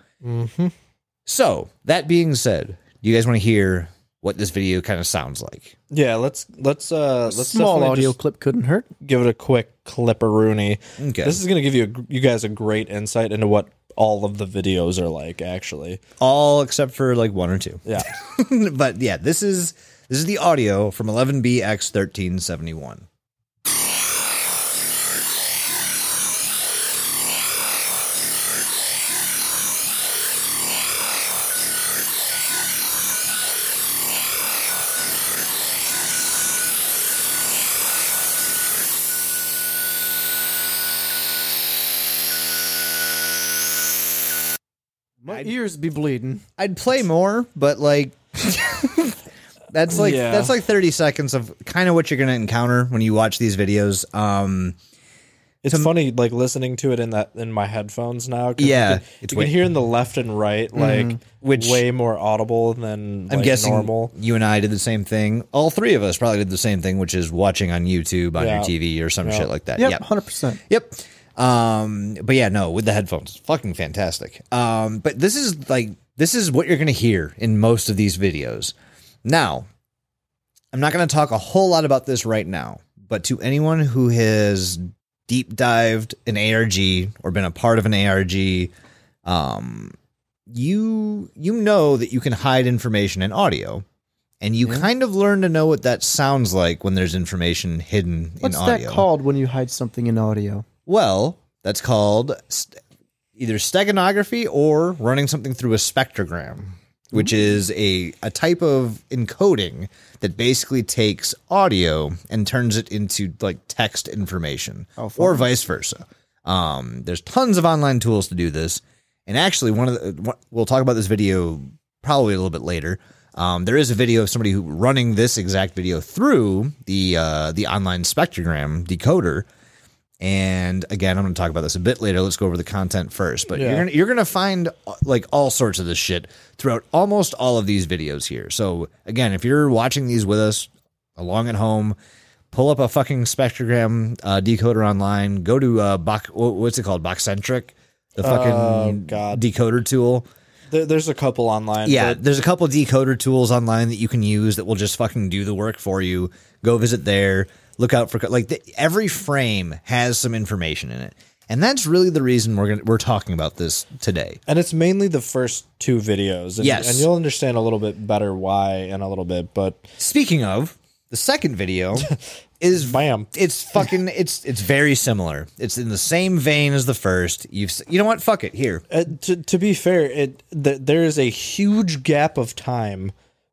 Speaker 2: So that being said, do you guys want to hear what this video kind of sounds like?
Speaker 4: Yeah, let's let's uh let's
Speaker 5: Small
Speaker 4: definitely
Speaker 5: audio
Speaker 4: just-
Speaker 5: clip couldn't hurt.
Speaker 4: give it a quick clipperoonie.
Speaker 2: Okay.
Speaker 4: This is going to give you a, you guys a great insight into what all of the videos are like actually.
Speaker 2: All except for like one or two.
Speaker 4: Yeah.
Speaker 2: <laughs> but yeah, this is this is the audio from 11BX1371.
Speaker 5: ears be bleeding.
Speaker 2: I'd play more, but <laughs> like that's like
Speaker 4: Yeah.
Speaker 2: that's like 30 seconds of kind of what you're going to encounter when you watch these videos. Um
Speaker 4: <laughs> It's funny, like listening to it in that in my headphones now. 'cause
Speaker 2: Yeah,
Speaker 4: you can,
Speaker 2: it's
Speaker 4: you
Speaker 2: way-
Speaker 4: can hear in the left and right, like
Speaker 2: Which-
Speaker 4: way more audible than
Speaker 2: I'm
Speaker 4: like,
Speaker 2: guessing
Speaker 4: normal.
Speaker 2: you and I did the same thing. All three of us probably did the same thing, which is watching on YouTube on
Speaker 4: Yeah.
Speaker 2: your TV or some shit like that.
Speaker 5: Yep,
Speaker 2: Yep.
Speaker 5: hundred percent.
Speaker 2: Yep. Um, but yeah, no, with the headphones, fucking fantastic. Um, but this is like this is what you're gonna hear in most of these videos. Now, I'm not gonna talk a whole lot about this right now, but to anyone who has deep dived an ARG or been a part of an ARG, um, you you know that you can hide information in audio. And you kind of learn to know what that sounds like when there's information hidden
Speaker 5: What's
Speaker 2: in audio.
Speaker 5: that called when you hide something in audio?
Speaker 2: Well, that's called st- either steganography or running something through a spectrogram, which is a, a type of encoding that basically takes audio and turns it into like text information or vice versa. Um, there's tons of online tools to do this. And actually, one of the, we'll talk about this video probably a little bit later. Um, there is a video of somebody who running this exact video through the uh, the online spectrogram decoder, and again, I'm going to talk about this a bit later. Let's go over the content first. But you're gonna, you're going to find uh, like all sorts of this shit throughout almost all of these videos here. So again, if you're watching these with us along at home, pull up a fucking spectrogram uh, decoder online. Go to uh, Bach, wha- what's it called? Boxcentric, the fucking
Speaker 4: God.
Speaker 2: decoder tool.
Speaker 4: There, there's a couple online.
Speaker 2: Yeah,
Speaker 4: but
Speaker 2: there's a couple decoder tools online that you can use that will just fucking do the work for you. Go visit there. Look out for like the, every frame has some information in it, and that's really the reason we're gonna, we're talking about this today.
Speaker 4: and it's mainly the first two videos. And,
Speaker 2: Yes.
Speaker 4: and you'll understand a little bit better why in a little bit. But
Speaker 2: Speaking of the
Speaker 4: <laughs>
Speaker 2: second video, is
Speaker 4: bam,
Speaker 2: it's fucking it's it's very similar. It's in the same vein as the first. You've s- you know what? Fuck it. Here,
Speaker 4: Uh, to, to be fair, it th- there is a huge gap of time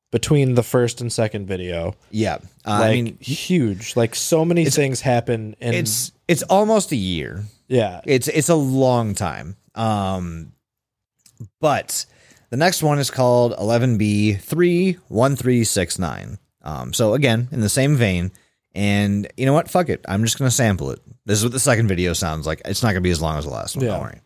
Speaker 4: between the first and second video.
Speaker 2: yeah. Uh,
Speaker 4: Like
Speaker 2: I mean,
Speaker 4: huge. Like so many things happen. And
Speaker 2: it's it's almost a year.
Speaker 4: yeah,
Speaker 2: It's it's a long time. Um, but the next one is called 11B 31369. Um, so again, in the same vein. And you know what? Fuck it. I'm just gonna sample it. This is what the second video sounds like. It's not gonna be as long as the last one.
Speaker 4: Yeah.
Speaker 2: Don't worry.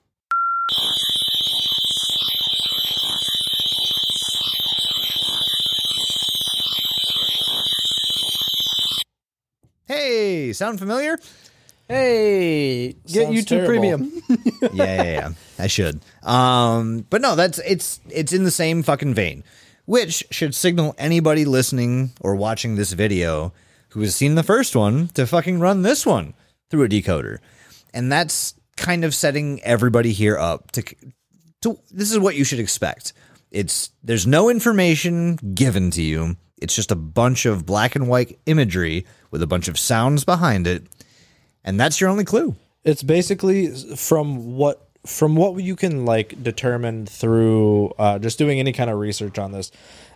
Speaker 2: Hey, sound familiar?
Speaker 5: Hey, get
Speaker 4: Sounds
Speaker 5: YouTube
Speaker 4: terrible.
Speaker 5: Premium.
Speaker 2: yeah, yeah, yeah. I should. Um, but no, that's it's it's in the same fucking vein, which should signal anybody listening or watching this video who has seen the first one to fucking run this one through a decoder, and that's kind of setting everybody here up to to this is what you should expect. It's there's no information given to you. It's just a bunch of black and white imagery with a bunch of sounds behind it, and that's your only clue.
Speaker 4: it's basically from what from what you can like determine through uh, just doing any kind of research on this.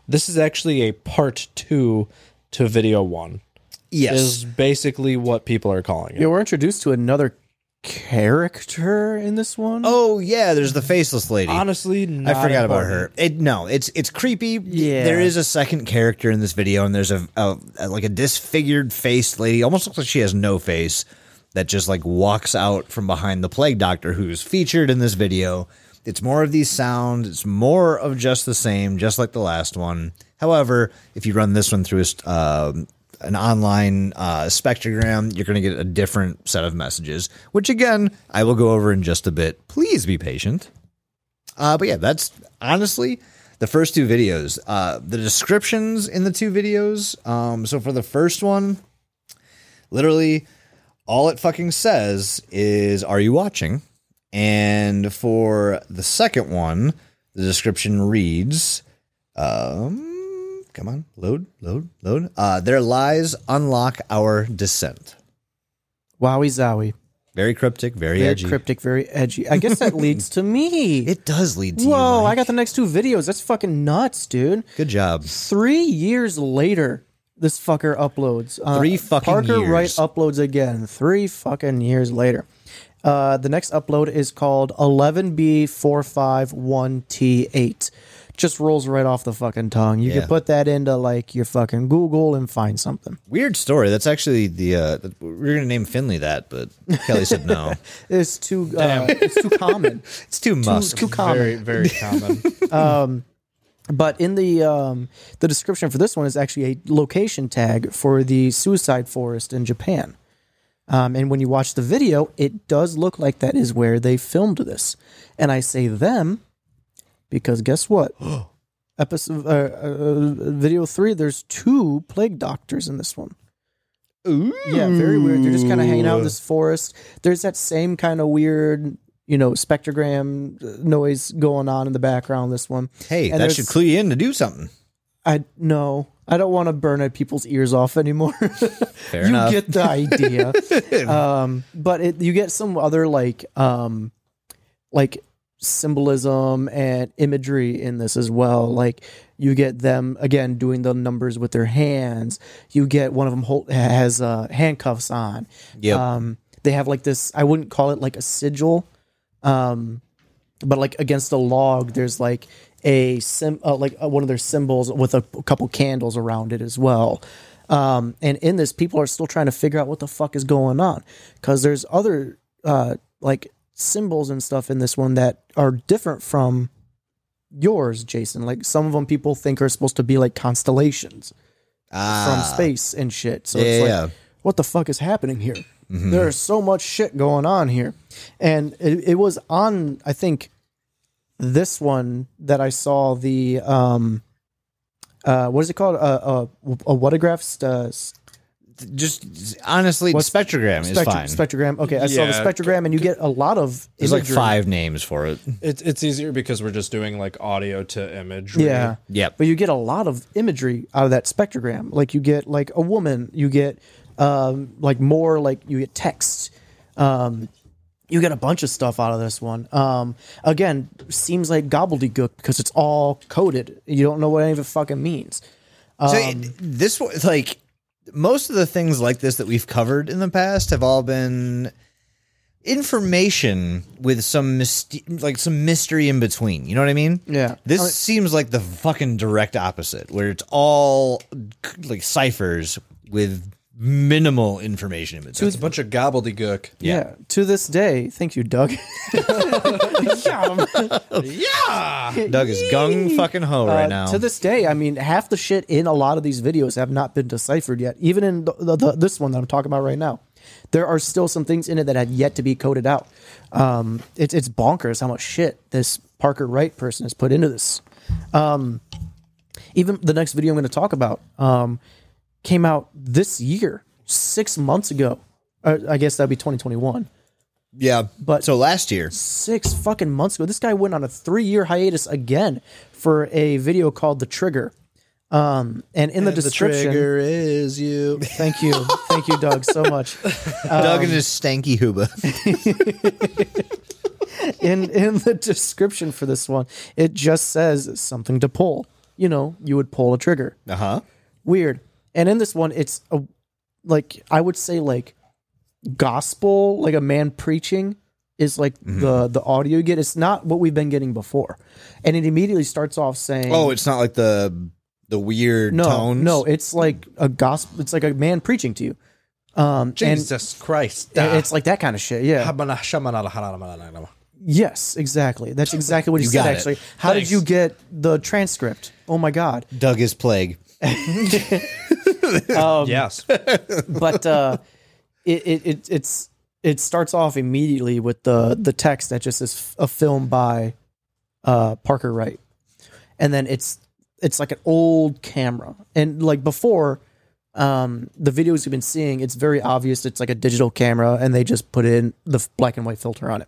Speaker 4: This is actually a part two to video one.
Speaker 2: Yes,
Speaker 4: Is basically what people are calling it.
Speaker 5: yeah, we're introduced to another character in this one.
Speaker 2: Oh yeah, there's the faceless lady.
Speaker 4: Honestly,
Speaker 2: I
Speaker 4: not
Speaker 2: forgot about
Speaker 4: important.
Speaker 2: her. It, no, it's it's creepy.
Speaker 5: Yeah.
Speaker 2: there is a second character in this video, and there's a, a, a- like a disfigured faced lady, almost looks like she has no face, that just like walks out from behind the plague doctor who's featured in this video. It's more of these sounds. It's more of just the same, just like the last one. However, if you run this one through a st- um an online uh, spectrogram, you're going to get a different set of messages, which again, I will go over in just a bit. Please be patient. Uh, but yeah, that's honestly the first two videos. Uh, the descriptions in the two videos. Um, so for the first one, literally all it fucking says is, Are you watching? And for the second one, the description reads, um, Come on, load, load, load. Uh, Their lies unlock our descent.
Speaker 5: Wowie zowie.
Speaker 2: Very cryptic, very,
Speaker 5: Very
Speaker 2: edgy.
Speaker 5: cryptic, very edgy. I guess that
Speaker 2: <laughs>
Speaker 5: leads to me.
Speaker 2: it does lead to
Speaker 5: Whoa,
Speaker 2: you. Mike.
Speaker 5: I got the next two videos. That's fucking nuts, dude.
Speaker 2: Good job.
Speaker 5: Three years later, this fucker uploads. Uh,
Speaker 2: Three fucking
Speaker 5: Parker
Speaker 2: years.
Speaker 5: Wright uploads again. Three fucking years later.
Speaker 3: Uh, the next upload is called 11B451T8. Just rolls right off the fucking tongue. You
Speaker 2: Yeah.
Speaker 3: can put that into like your fucking Google and find something.
Speaker 2: Weird story. That's actually the uh, th- we we're gonna name Finley that, but Kelly said no.
Speaker 3: It's too uh, it's too common.
Speaker 2: <laughs> it's too
Speaker 3: too,
Speaker 2: musk.
Speaker 3: too common.
Speaker 4: Very, <laughs> very common.
Speaker 3: But in the um, the description for this one is actually a location tag for the suicide forest in Japan. Um, and when you watch the video, it does look like that is where they filmed this. And I say them because guess what? Episode uh, uh, video three. There's two plague doctors in this one. Yeah, very weird. They're just kind of hanging out in this forest. There's that same kind of weird, you know, spectrogram uh, noise going on in the background. This one.
Speaker 2: Hey,
Speaker 3: And
Speaker 2: that
Speaker 3: there's-
Speaker 2: should clue you in to do something.
Speaker 3: I no, I don't want to burn at people's ears off anymore. <laughs> you
Speaker 2: enough.
Speaker 3: get the idea. um, but it, you get some other like um, like symbolism and imagery in this as well. Like you get them again doing the numbers with their hands. You get one of them hold, has uh, handcuffs on.
Speaker 2: Yep.
Speaker 3: Um, they have like this. I wouldn't call it like a sigil, um, but like against a log, there's like a sim, uh, like uh, one of their symbols with a p- couple candles around it as well. Um, and in this, people are still trying to figure out what the fuck is going on because there's other uh, like symbols and stuff in this one that are different from yours, Jason. Like some of them, people think are supposed to be like constellations from space and shit. So it's like,
Speaker 2: Ah. Yeah. Mm-hmm.
Speaker 3: what the fuck is happening here? There's so much shit going on here. And it, it was on, I think, this one that I saw the, um, uh, what is it called? Uh, uh, a whatograph? St- uh,
Speaker 2: Just honestly, spectrogram is
Speaker 3: spectr-
Speaker 2: fine.
Speaker 3: Spectrogram. Okay, I saw the
Speaker 4: Yeah.
Speaker 3: spectrogram, and you get a lot of.
Speaker 2: There's like
Speaker 3: imagery.
Speaker 2: five names for it.
Speaker 4: It's it's easier because we're just doing like audio to image. really.
Speaker 3: Yeah.
Speaker 2: Yep.
Speaker 3: But you get a lot of imagery out of that spectrogram. Like you get like a woman, you get um, like more like you get text. Um, you get a bunch of stuff out of this one. Um, again, seems like gobbledygook because it's all coded. You don't know what any of it fucking means.
Speaker 2: So it-
Speaker 3: Um,
Speaker 2: this wa- like most of the things like this that we've covered in the past have all been information with some myst- like some mystery in between. You know what I mean?
Speaker 3: Yeah.
Speaker 2: This
Speaker 3: I mean-
Speaker 2: seems like the fucking direct opposite, where it's all c- like ciphers with minimal information in between.
Speaker 4: It's a bunch of gobbledygook.
Speaker 3: Yeah. To this day, thank you, Doug. <laughs>
Speaker 2: Doug is
Speaker 3: <laughs>
Speaker 2: gung fucking ho right
Speaker 3: Uh,
Speaker 2: now.
Speaker 3: To this day, I mean, half the shit in a lot of these videos have not been deciphered yet. Even in the, the, the, this one that I'm talking about right now, there are still some things in it that had yet to be coded out. Um, it's it's bonkers how much shit this Parker Wright person has put into this. Um, even the next video I'm going to talk about um, came out this year, six months ago. Uh, I guess that'd be 2021
Speaker 2: yeah,
Speaker 3: but-
Speaker 2: so last year,
Speaker 3: six fucking months ago. This guy went on a three year hiatus again for a video called The Trigger. Um, and in the description,
Speaker 4: is
Speaker 3: <laughs>
Speaker 4: you.
Speaker 3: thank you, thank you, Doug, <laughs> so much.
Speaker 2: Doug
Speaker 3: Um,
Speaker 2: and his stanky hooba.
Speaker 3: <laughs> In in the description for this one, it just says something to pull. You know, you would pull a trigger.
Speaker 2: Uh huh.
Speaker 3: Weird. And in this one, it's a like I would say like gospel, like a man preaching is like the the audio you get. It's not what we've been getting before, and it immediately starts off saying,
Speaker 2: Oh, it's not like the the weird
Speaker 3: no,
Speaker 2: tones.
Speaker 3: No, it's like a gospel. It's like a man preaching to you. Um,
Speaker 4: Jesus Christ. Ah,
Speaker 3: And it's like that kind of shit. Yeah.
Speaker 2: Um,
Speaker 3: yes, exactly. That's exactly what he
Speaker 2: You
Speaker 3: said.
Speaker 2: got it.
Speaker 3: Actually, how did you get the transcript? Oh my
Speaker 2: <laughs>
Speaker 3: god.
Speaker 2: Doug is plague.
Speaker 3: Um,
Speaker 2: <laughs>
Speaker 4: yes.
Speaker 3: But uh, it, it it it's it starts off immediately with the the text that just is a film by uh, Parker Wright, and then it's it's like an old camera, and like before. um, the videos you've been seeing, it's very obvious it's like a digital camera and they just put in the f- black and white filter on it.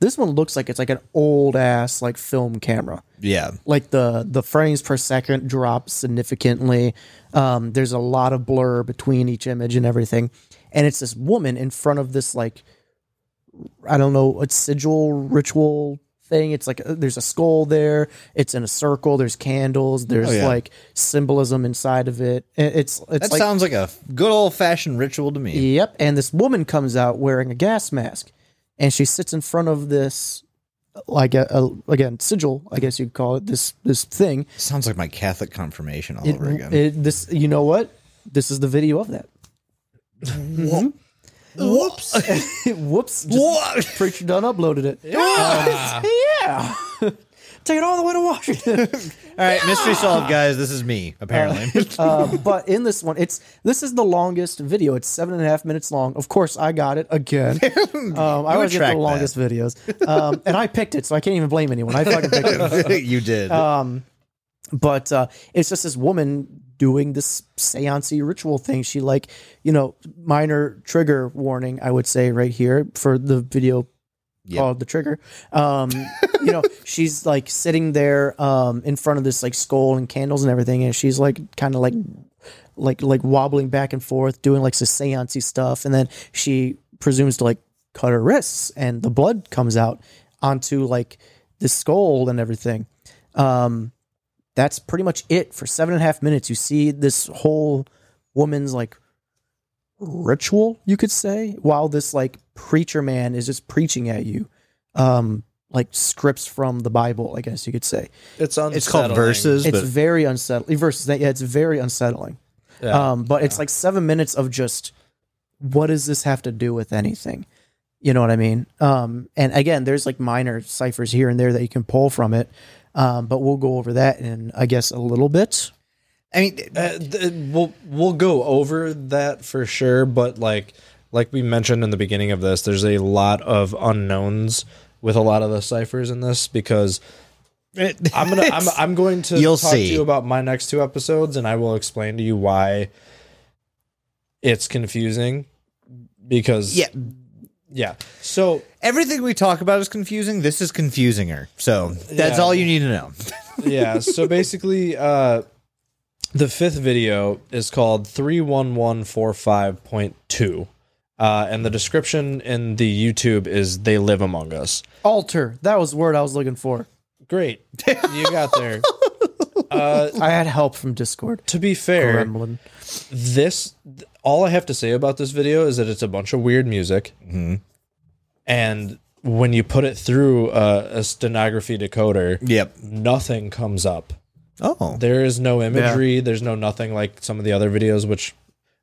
Speaker 3: This one looks like it's like an old ass like film camera.
Speaker 2: Yeah.
Speaker 3: Like the the frames per second drop significantly. Um, there's a lot of blur between each image and everything. And it's this woman in front of this like I don't know, a sigil ritual thing. It's like uh, there's a skull there. It's in a circle. There's candles. There's
Speaker 2: Oh, yeah.
Speaker 3: like symbolism inside of it. It- It's it's
Speaker 2: That
Speaker 3: like
Speaker 2: sounds like a good old fashioned ritual to me.
Speaker 3: Yep. And this woman comes out wearing a gas mask. and she sits in front of this, like a, a again sigil, I guess you'd call it this this thing.
Speaker 2: Sounds like my Catholic confirmation all
Speaker 3: It-
Speaker 2: over again.
Speaker 3: it- this, you know what? This is the video of that. <laughs> Mhm. Whoops! Whoops! Just Preacher done uploaded it. Um, yeah. <laughs> Take it all the way to Washington.
Speaker 2: <laughs> all right, mystery solved, guys. This is me apparently.
Speaker 3: uh, but in this one, it's this is the longest video. It's seven and a half minutes long. Of course, I got it
Speaker 2: <laughs>
Speaker 3: again. Um, I always get
Speaker 2: track
Speaker 3: the
Speaker 2: that.
Speaker 3: longest videos, um, and I picked it, so I can't even blame anyone. I fucking picked it.
Speaker 2: <laughs> you did.
Speaker 3: But uh, it's just this woman doing this seancey ritual thing. She like, you know, minor trigger warning. I would say right here for the video called the trigger. Um, you know, she's like sitting there um, in front of this like skull and candles and everything, and she's like kind of like like like wobbling back and forth, doing like some seancey stuff, and then she presumes to like cut her wrists, and the blood comes out onto like the skull and everything. Um, that's pretty much it for seven and a half minutes. You see this whole woman's like ritual, you could say, while this like preacher man is just preaching at you, um, like scripts from the Bible, I guess you could say.
Speaker 4: It's unsettling.
Speaker 2: it's called verses,
Speaker 3: It's
Speaker 2: but
Speaker 3: very unsettling. Versus that, yeah, it's very unsettling. um, but it's like seven minutes of just what does this have to do with anything? You know what I mean? Um, and again, there's like minor ciphers here and there that you can pull from it. Um, but we'll go over that in, I guess, a little bit.
Speaker 2: I mean, <laughs>
Speaker 4: Uh, th- we'll we'll go over that for sure, but like like we mentioned in the beginning of this, there's a lot of unknowns with a lot of the ciphers in this because I'm gonna I'm, I'm going to
Speaker 2: You'll
Speaker 4: talk
Speaker 2: see.
Speaker 4: to you about my next two episodes, and I will explain to you why it's confusing because
Speaker 2: yeah,
Speaker 4: yeah. So
Speaker 2: <laughs> everything we talk about is confusing. This is confusing her. So that's
Speaker 4: Yeah.
Speaker 2: all you need to know. <laughs>
Speaker 4: yeah. So basically, uh, the fifth video is called 31145.2. Uh, and the description in the YouTube is they live among us.
Speaker 3: Altar. That was the word I was looking for.
Speaker 4: Great. You got
Speaker 2: <laughs>
Speaker 4: there.
Speaker 3: I had help from Discord.
Speaker 4: to be fair,
Speaker 3: Gremlin.
Speaker 4: this th- all I have to say about this video is that it's a bunch of weird music, and when you put it through a, a stenography decoder,
Speaker 2: Yep.
Speaker 4: nothing comes up.
Speaker 2: Oh,
Speaker 4: There is no imagery. There's no nothing like some of the other videos, which,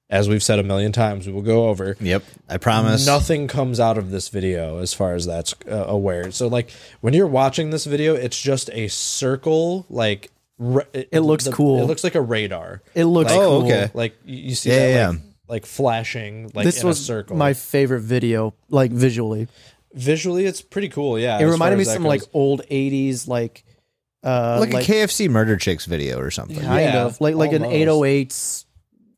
Speaker 4: as we've said a million times, we will go over.
Speaker 2: yep. I promise.
Speaker 4: Nothing comes out of this video as far as that's uh, aware. So, like, when you're watching this video, it's just a circle, like, ra-
Speaker 3: It looks cool.
Speaker 4: It looks like a radar.
Speaker 3: It looks
Speaker 4: Like,
Speaker 2: Oh,
Speaker 3: cool.
Speaker 2: okay.
Speaker 4: Like, you you see
Speaker 2: Yeah,
Speaker 4: that,
Speaker 2: yeah,
Speaker 4: like, like, flashing, like,
Speaker 3: This
Speaker 4: in
Speaker 3: was
Speaker 4: a circle.
Speaker 3: my favorite video, like visually.
Speaker 4: Visually, it's pretty cool. Yeah.
Speaker 3: It
Speaker 4: as
Speaker 3: reminded
Speaker 4: far
Speaker 3: me
Speaker 4: as
Speaker 3: of
Speaker 4: that
Speaker 3: some
Speaker 4: goes.
Speaker 3: like old '80s, like uh,
Speaker 2: like,
Speaker 3: like,
Speaker 2: a KFC murder chicks video or something.
Speaker 3: kind
Speaker 4: Yeah,
Speaker 3: of like like an
Speaker 4: almost.
Speaker 3: 808s,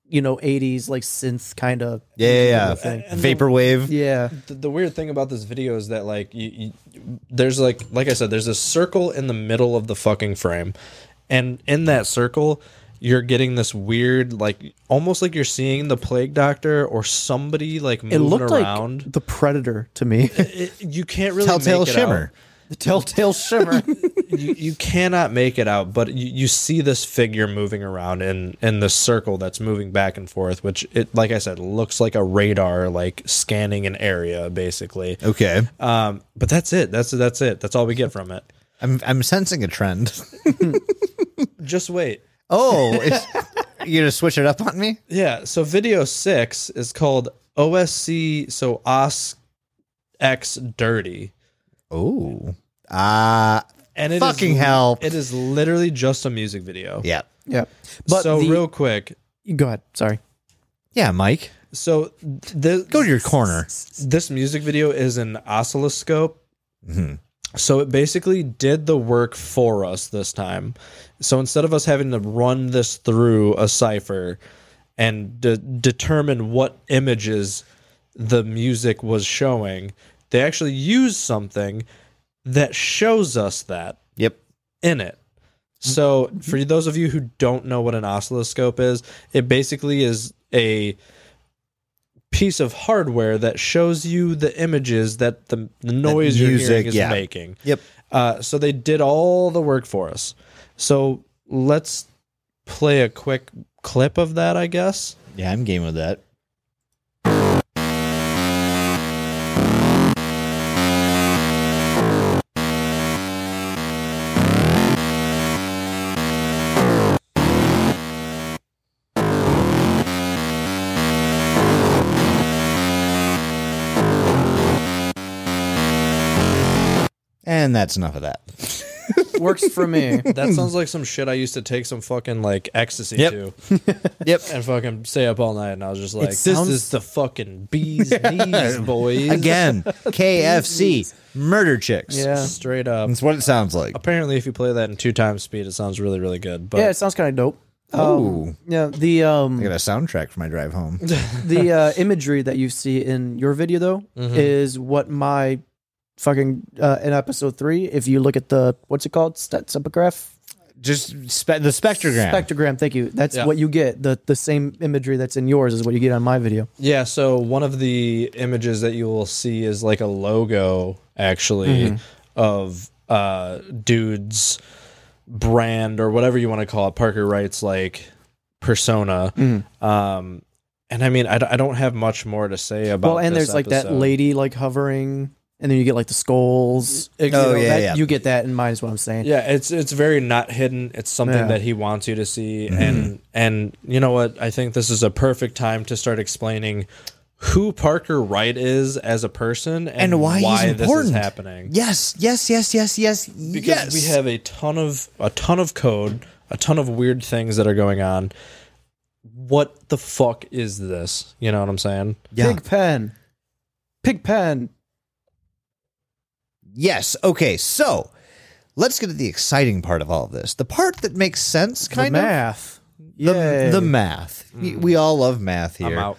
Speaker 3: you know, '80s like synth kind of
Speaker 2: Yeah, yeah,
Speaker 3: thing.
Speaker 2: yeah. Vaporwave.
Speaker 3: yeah.
Speaker 4: the, the weird thing about this video is that like you, you, there's like like I said there's a circle in the middle of the fucking frame, and in that circle you're getting this weird like almost like you're seeing the plague doctor or somebody like
Speaker 3: It
Speaker 4: moving
Speaker 3: looked
Speaker 4: around.
Speaker 3: like the Predator
Speaker 4: <laughs>
Speaker 3: to me. <laughs>
Speaker 4: It- you can't really
Speaker 2: Telltale
Speaker 4: make it
Speaker 2: Shimmer.
Speaker 3: the Telltale Shimmer.
Speaker 4: out. You, you cannot make it out, but you, you see this figure moving around in in the circle that's moving back and forth, which it like I said looks like a radar like scanning an area basically.
Speaker 2: <laughs> Okay.
Speaker 4: Um, but that's it. That's that's it. That's all we get from it.
Speaker 2: I'm I'm sensing a trend.
Speaker 4: <laughs> Just wait.
Speaker 2: <laughs> Oh, <laughs> it's, you're gonna switch it up on me?
Speaker 4: Yeah. So video six is called OSC. So OS X Dirty,
Speaker 2: Oh. Ah.
Speaker 4: and it is-
Speaker 2: Fucking hell.
Speaker 4: It is literally just a music video.
Speaker 2: yeah.
Speaker 3: yeah, but
Speaker 4: so
Speaker 3: the-
Speaker 4: real quick.
Speaker 3: Go ahead. Sorry.
Speaker 2: Yeah, Mike.
Speaker 4: So the
Speaker 2: Go to your corner.
Speaker 4: this music video is an oscilloscope. So it basically did the work for us this time. So instead of us having to run this through a cipher and de- determine what images the music was showing, they actually used something that shows us that
Speaker 2: Yep.
Speaker 4: in it. So, for those of you who don't know what an oscilloscope is, it basically is a piece of hardware that shows you the images that the, the noise
Speaker 2: music,
Speaker 4: you're hearing is
Speaker 2: yeah.
Speaker 4: making.
Speaker 2: Yep.
Speaker 4: Uh, so, they did all the work for us. So, let's play a quick clip of that, I guess.
Speaker 2: Yeah, I'm game with that. And that's enough of that.
Speaker 3: Works for me.
Speaker 4: That sounds like some shit I used to take some fucking like ecstasy
Speaker 2: Hmm. Yep.
Speaker 4: to.
Speaker 2: <laughs> Yep.
Speaker 4: And fucking stay up all night, and I was just like, "This
Speaker 2: sounds-
Speaker 4: is the fucking
Speaker 2: <laughs>
Speaker 4: bees knees, boys."
Speaker 2: Again, KFC, murder chicks.
Speaker 3: Yeah.
Speaker 4: straight up.
Speaker 2: That's what it sounds like.
Speaker 4: Apparently, if you play that in two times speed, it sounds really, really good. But
Speaker 3: <laughs> Yeah, it sounds kind of dope.
Speaker 2: Oh,
Speaker 3: Yeah, the
Speaker 2: I got
Speaker 3: um
Speaker 2: a soundtrack for my drive home.
Speaker 3: the uh, imagery that you see in your video though is what my fucking uh, in episode three. If you look at the what's it called Stet- sepograph
Speaker 2: Just spe- the spectrogram.
Speaker 3: spectrogram, thank you. That's what you get. the The same imagery that's in yours is what you get on my video.
Speaker 4: Yeah, so one of the images that you will see is like a logo actually
Speaker 3: Mm-hmm.
Speaker 4: of uh dude's brand or whatever you want to call it, Parker Wright's like persona.
Speaker 3: Mm-hmm.
Speaker 4: Um and I mean I, d- I don't have much more to say about
Speaker 3: well, and
Speaker 4: this
Speaker 3: there's like that
Speaker 4: episode.
Speaker 3: lady like hovering, and then you get like the skulls. You
Speaker 2: Oh,
Speaker 3: know,
Speaker 2: yeah,
Speaker 3: that-
Speaker 2: yeah.
Speaker 3: You get that in mine is what I'm saying.
Speaker 4: Yeah, it's it's very not hidden. It's something
Speaker 3: Yeah.
Speaker 4: that he wants you to see
Speaker 3: Mm-hmm.
Speaker 4: and and you know what? I think this is a perfect time to start explaining who Parker Wright is as a person and,
Speaker 2: And why he's
Speaker 4: this is
Speaker 2: important.
Speaker 4: happening.
Speaker 2: Yes, yes, yes, yes, yes,
Speaker 4: because
Speaker 2: yes.
Speaker 4: we have a ton of a ton of code, a ton of weird things that are going on. What the fuck is this? You know what I'm saying?
Speaker 2: Yeah.
Speaker 3: Pig pen, pig pen.
Speaker 2: Yes. Okay. So let's get to the exciting part of all of this. The part that makes sense, kind
Speaker 3: the
Speaker 2: of.
Speaker 3: math.
Speaker 2: The,
Speaker 3: Yay.
Speaker 2: the math. We- We all love math here.
Speaker 4: I'm out.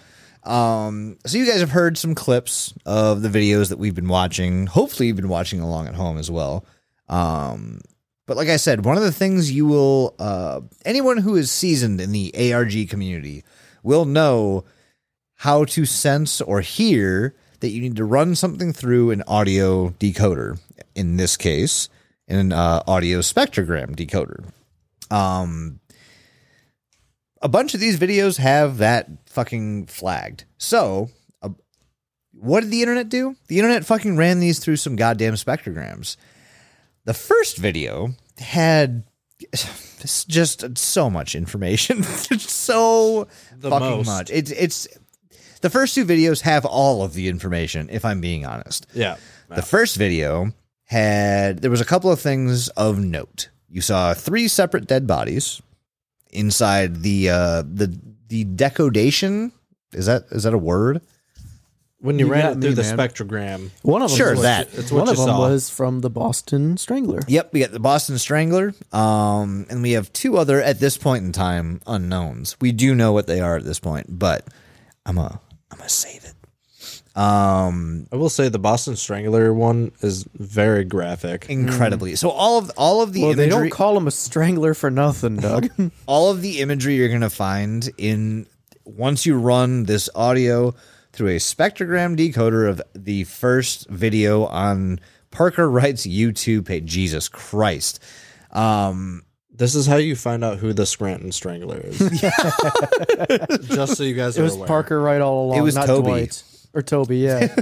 Speaker 2: Um, so you guys have heard some clips of the videos that we've been watching. Hopefully, you've been watching along at home as well. Um, but like I said, one of the things you will, uh, anyone who is seasoned in the ARG community will know how to sense or hear that you need to run something through an audio decoder. In this case, an uh, audio spectrogram decoder. Um, a bunch of these videos have that fucking flagged. So, uh, what did the internet do? The internet fucking ran these through some goddamn spectrograms. The first video had <sighs> just so much information, <laughs> so
Speaker 4: The
Speaker 2: fucking
Speaker 4: most.
Speaker 2: much. It's it's the first two videos have all of the information. If I'm being honest,
Speaker 4: Yeah.
Speaker 2: the first video had there was a couple of things of note. You saw three separate dead bodies inside the uh the the decodation. Is that is that a word?
Speaker 4: When you,
Speaker 3: You
Speaker 4: ran
Speaker 3: got
Speaker 4: it through
Speaker 3: me,
Speaker 4: the
Speaker 3: man.
Speaker 4: spectrogram,
Speaker 3: One of them
Speaker 2: Sure,
Speaker 3: was,
Speaker 2: that.
Speaker 4: It's what
Speaker 3: one of
Speaker 4: you
Speaker 3: them
Speaker 4: saw.
Speaker 3: was from the Boston Strangler.
Speaker 2: Yep, we got the Boston Strangler. Um and we have two other at this point in time unknowns. We do know what they are at this point, but I'm a I'm gonna save it. Um
Speaker 4: I will say the Boston Strangler one is very graphic.
Speaker 2: Hmm. incredibly. So all of all of the
Speaker 3: Well, they
Speaker 2: imagery,
Speaker 3: don't call him a strangler for
Speaker 2: <laughs>
Speaker 3: nothing, Doug.
Speaker 2: all of the imagery you're going to find in once you run this audio through a spectrogram decoder of the first video on Parker Wright's YouTube page. Jesus Christ. Um,
Speaker 4: This is how you find out who the Scranton Strangler
Speaker 2: <laughs>
Speaker 4: is. Just so you guys
Speaker 3: it
Speaker 4: are
Speaker 3: was
Speaker 4: aware.
Speaker 3: Parker right all along.
Speaker 2: It was
Speaker 3: not
Speaker 2: Toby.
Speaker 3: Dwight. or Toby.
Speaker 2: <laughs>
Speaker 3: Yeah,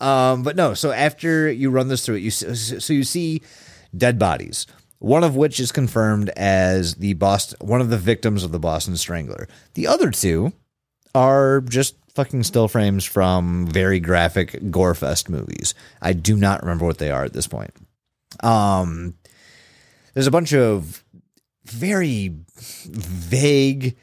Speaker 2: um, but no, so after you run this through it, you s- so you see dead bodies. One of which is confirmed as the Boston, one of the victims of the Boston Strangler. The other two are just fucking still frames from very graphic gorefest movies. I do not remember what they are at this point. Um, there's a bunch of very vague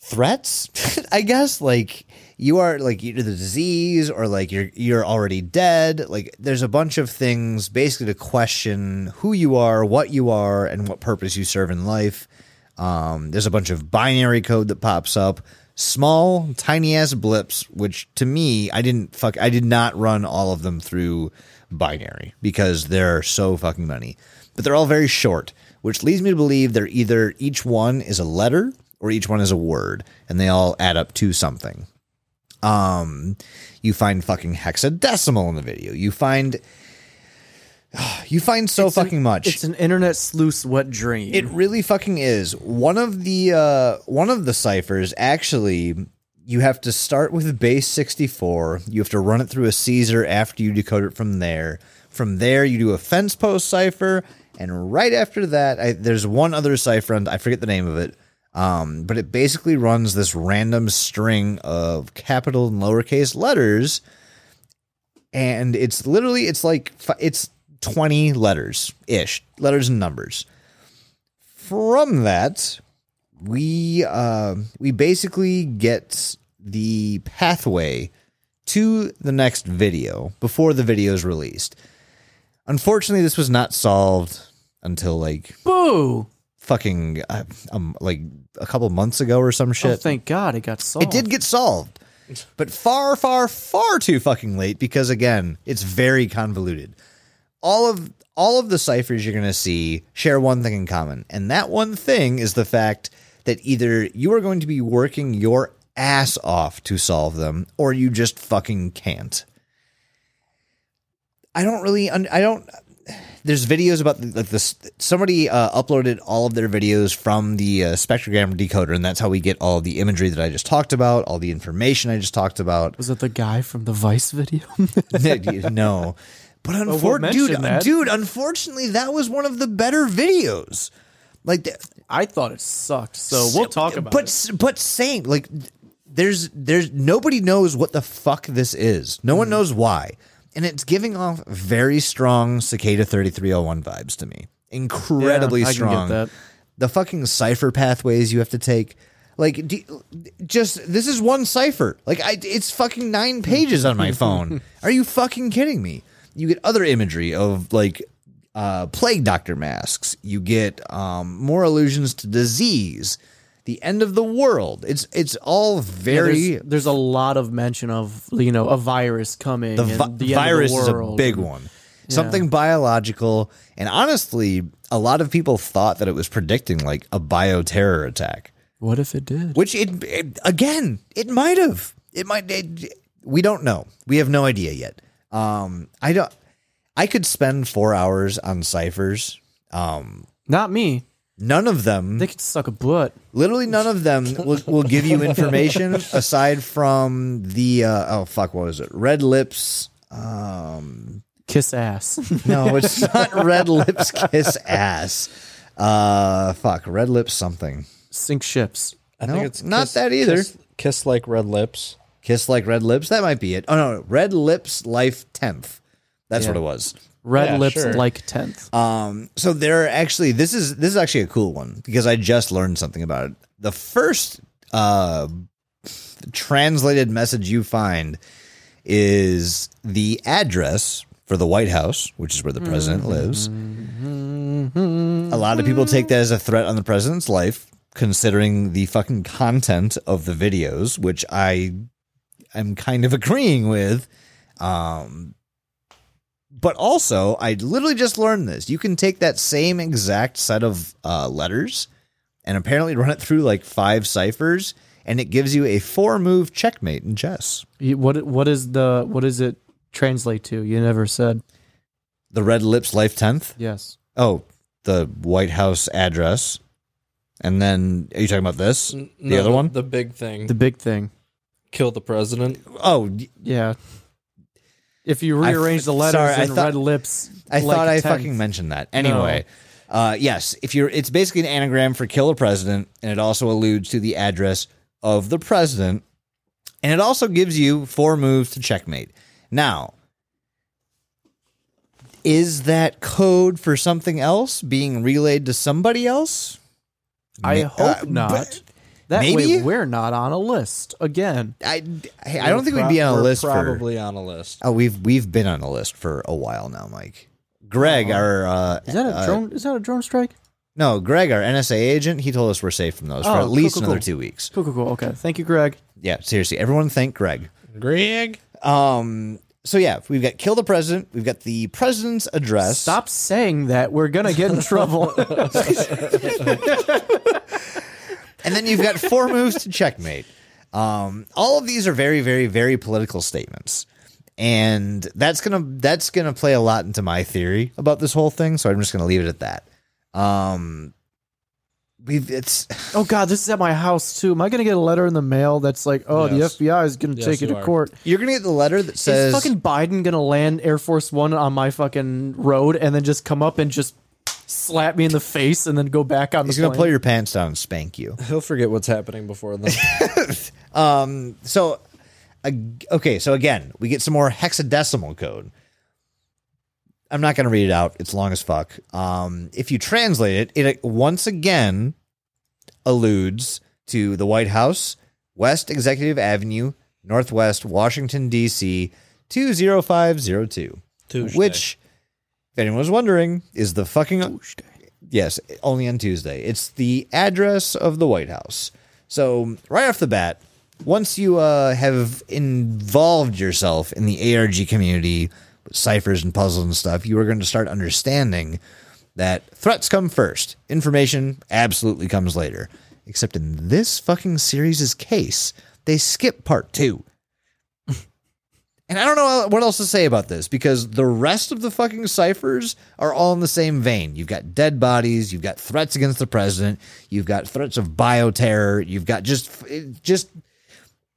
Speaker 2: threats, <laughs> I guess. Like you are like either the disease or like you're you're already dead. Like there's a bunch of things basically to question who you are, what you are, and what purpose you serve in life. Um, there's a bunch of binary code that pops up, small, tiny ass blips, which to me, I didn't fuck, I did not run all of them through binary because there are so fucking many, but they're all very short, which leads me to believe they're either each one is a letter or each one is a word, and they all add up to something. Um, you find fucking hexadecimal in the video. You find, <sighs> you find so fucking much.
Speaker 3: it's an internet sleuth's wet dream.
Speaker 2: It really fucking is. One of the uh one of the ciphers actually you have to start with base 64. You have to run it through a Caesar after you decode it from there. From there you do a fence post cipher and right after that I, there's one other cipher and I forget the name of it. Um, but it basically runs this random string of capital and lowercase letters and it's literally it's like fi- it's 20 letters ish letters and numbers from that we uh, we basically get the pathway to the next video before the video is released unfortunately this was not solved until like
Speaker 3: Boo!
Speaker 2: fucking uh, um, like a couple months ago or some shit
Speaker 3: Oh, thank God it got solved.
Speaker 2: it did get solved, but far, far, far too fucking late because again, it's very convoluted. All of all of the ciphers you're going to see share one thing in common, and that one thing is the fact that either you are going to be working your ass off to solve them, or you just fucking can't. I don't really. Un- I don't. There's videos about like this. Somebody uh, uploaded all of their videos from the uh, spectrogram decoder, and that's how we get all the imagery that I just talked about, all the information I just talked about. <laughs>
Speaker 3: Was it the guy from the Vice video? <laughs>
Speaker 2: no, but
Speaker 3: we'll
Speaker 2: unfortunately,
Speaker 3: mention
Speaker 2: dude,
Speaker 3: that.
Speaker 2: dude, unfortunately, that was one of the better videos. Like, th-
Speaker 3: I thought it sucked. So we'll talk about
Speaker 2: but
Speaker 3: it.
Speaker 2: s- but same like there's there's nobody knows what the fuck this is. No
Speaker 3: Hmm.
Speaker 2: one knows why, and it's giving off very strong cicada thirty three hundred one vibes to me. Incredibly
Speaker 3: Yeah, I can get
Speaker 2: strong.
Speaker 3: that.
Speaker 2: The fucking cipher pathways you have to take. Like, do, just this is one cipher. Like, I, it's fucking nine pages on
Speaker 3: <laughs>
Speaker 2: my phone. Are you fucking kidding me? You get other imagery of like uh, plague doctor masks. You get um, more allusions to disease, the end of the world. It's it's all very
Speaker 3: There's, there's a lot of mention of you know a virus coming.
Speaker 2: the,
Speaker 3: and
Speaker 2: vi-
Speaker 3: the end
Speaker 2: virus
Speaker 3: of the world.
Speaker 2: is a big one. Something biological, and honestly, a lot of people thought that it was predicting like a bioterror attack.
Speaker 3: What if it did?
Speaker 2: which it, it- again it might have it might it, we don't know we have no idea yet um i don't i could spend four hours on ciphers um
Speaker 3: Not me.
Speaker 2: none of them
Speaker 3: They could suck a butt.
Speaker 2: literally none of them will, will give you
Speaker 4: <laughs>
Speaker 2: information aside from the uh, oh fuck what was it red lips um
Speaker 3: Kiss ass. <laughs>
Speaker 2: no it's not red lips kiss ass uh fuck red lips something
Speaker 3: Sink ships.
Speaker 4: I
Speaker 2: No, not that either.
Speaker 4: Kiss, Kiss like red lips.
Speaker 2: Kiss Like Red Lips. That might be it. Oh no, Red Lips Life Tenth. That's what it was.
Speaker 3: Red
Speaker 4: Yeah,
Speaker 3: lips
Speaker 4: sure.
Speaker 3: like tenth.
Speaker 2: Um, so there are actually this is this is actually a cool one because I just learned something about it. The first uh, translated message you find is the address for the White House, which is where the president lives. A lot of people take that as a threat on the president's life, considering the fucking content of the videos, which I am kind of <laughs> agreeing with. Um, but also, I literally just learned this. You can take that same exact set of uh, letters and apparently run it through like five ciphers, and it gives you a four move checkmate in chess.
Speaker 3: You- What what is the what does it translate to? You never said.
Speaker 2: The red lips life tenth.
Speaker 3: Yes.
Speaker 2: Oh, the White House address, and then are you talking about this?
Speaker 4: Mm.
Speaker 2: The other one?
Speaker 4: The big thing.
Speaker 3: The big thing.
Speaker 4: Kill the president.
Speaker 2: oh, y-
Speaker 3: Yeah. If you
Speaker 2: I f-
Speaker 3: rearrange the letters
Speaker 2: sorry, I
Speaker 3: and
Speaker 2: thought-
Speaker 3: red lips,
Speaker 2: I
Speaker 3: like
Speaker 2: thought I
Speaker 3: 10th.
Speaker 2: fucking mentioned that. Anyway, uh, yes, if you're, it's basically an anagram for kill a president, and it also alludes to the address of the president, and it also gives you four moves to checkmate. Now, is that code for something else being relayed to somebody else?
Speaker 3: I
Speaker 2: Ma-
Speaker 3: hope
Speaker 2: uh,
Speaker 3: not.
Speaker 2: but
Speaker 3: that
Speaker 2: maybe?
Speaker 3: way, we're not on a list again.
Speaker 2: I, I, I don't think we'd be on a
Speaker 4: We're
Speaker 2: list for
Speaker 4: Probably on a list.
Speaker 2: Oh, we've we've been on a list for a while now, Mike. Greg, our uh,
Speaker 3: Uh-huh. Is that a
Speaker 2: uh,
Speaker 3: drone? Is that a drone strike?
Speaker 2: no, Greg, our NSA agent, he told us we're safe from those
Speaker 3: Oh,
Speaker 2: for at
Speaker 3: cool,
Speaker 2: least
Speaker 3: cool,
Speaker 2: another
Speaker 3: cool.
Speaker 2: two weeks.
Speaker 3: Cool, cool, cool. Okay, thank you, Greg.
Speaker 2: Yeah, seriously, everyone thank Greg.
Speaker 4: Greg.
Speaker 2: Um, so yeah, we've got kill the president, we've got the president's address.
Speaker 3: Stop saying that. We're gonna get in
Speaker 2: <laughs>
Speaker 3: trouble.
Speaker 2: and then you've
Speaker 3: <laughs>
Speaker 2: got four moves to checkmate. Um, all of these are very, very, very political statements, and that's gonna that's gonna play a lot into my theory about this whole thing. So I'm just gonna leave it at that. Um, we've it's
Speaker 3: oh God, this is at my house too. Am I gonna get a letter in the mail that's like, oh,
Speaker 4: Yes.
Speaker 3: the FBI is gonna
Speaker 4: Yes,
Speaker 3: take you
Speaker 4: you
Speaker 3: to
Speaker 4: are.
Speaker 3: court?
Speaker 2: You're gonna get the letter that says
Speaker 3: is fucking Biden gonna land Air Force One on my fucking road and then just come up and just slap me in the face and then go back on
Speaker 2: he's
Speaker 3: the
Speaker 2: gonna
Speaker 3: plane?
Speaker 2: pull your pants down and spank you. <laughs>
Speaker 4: He'll forget what's happening before then.
Speaker 2: So ag- okay, so again, we get some more hexadecimal code. I'm not going to read it out. It's long as fuck. Um, if you translate it, it once again alludes to the White House, West Executive Avenue, Northwest Washington D.C. 20502,
Speaker 4: Tuesday.
Speaker 2: which if anyone was wondering, is the fucking Yes, only on Tuesday. It's the address of the White House. So right off the bat, once you uh, have involved yourself in the ARG community with ciphers and puzzles and stuff, you are going to start understanding that threats come first. Information absolutely comes later. Except in this fucking series' case, they skip part two. And I don't know what else to say about this because the rest of the fucking ciphers are all in the same vein. You've got dead bodies, you've got threats against the president, you've got threats of bioterror, you've got just just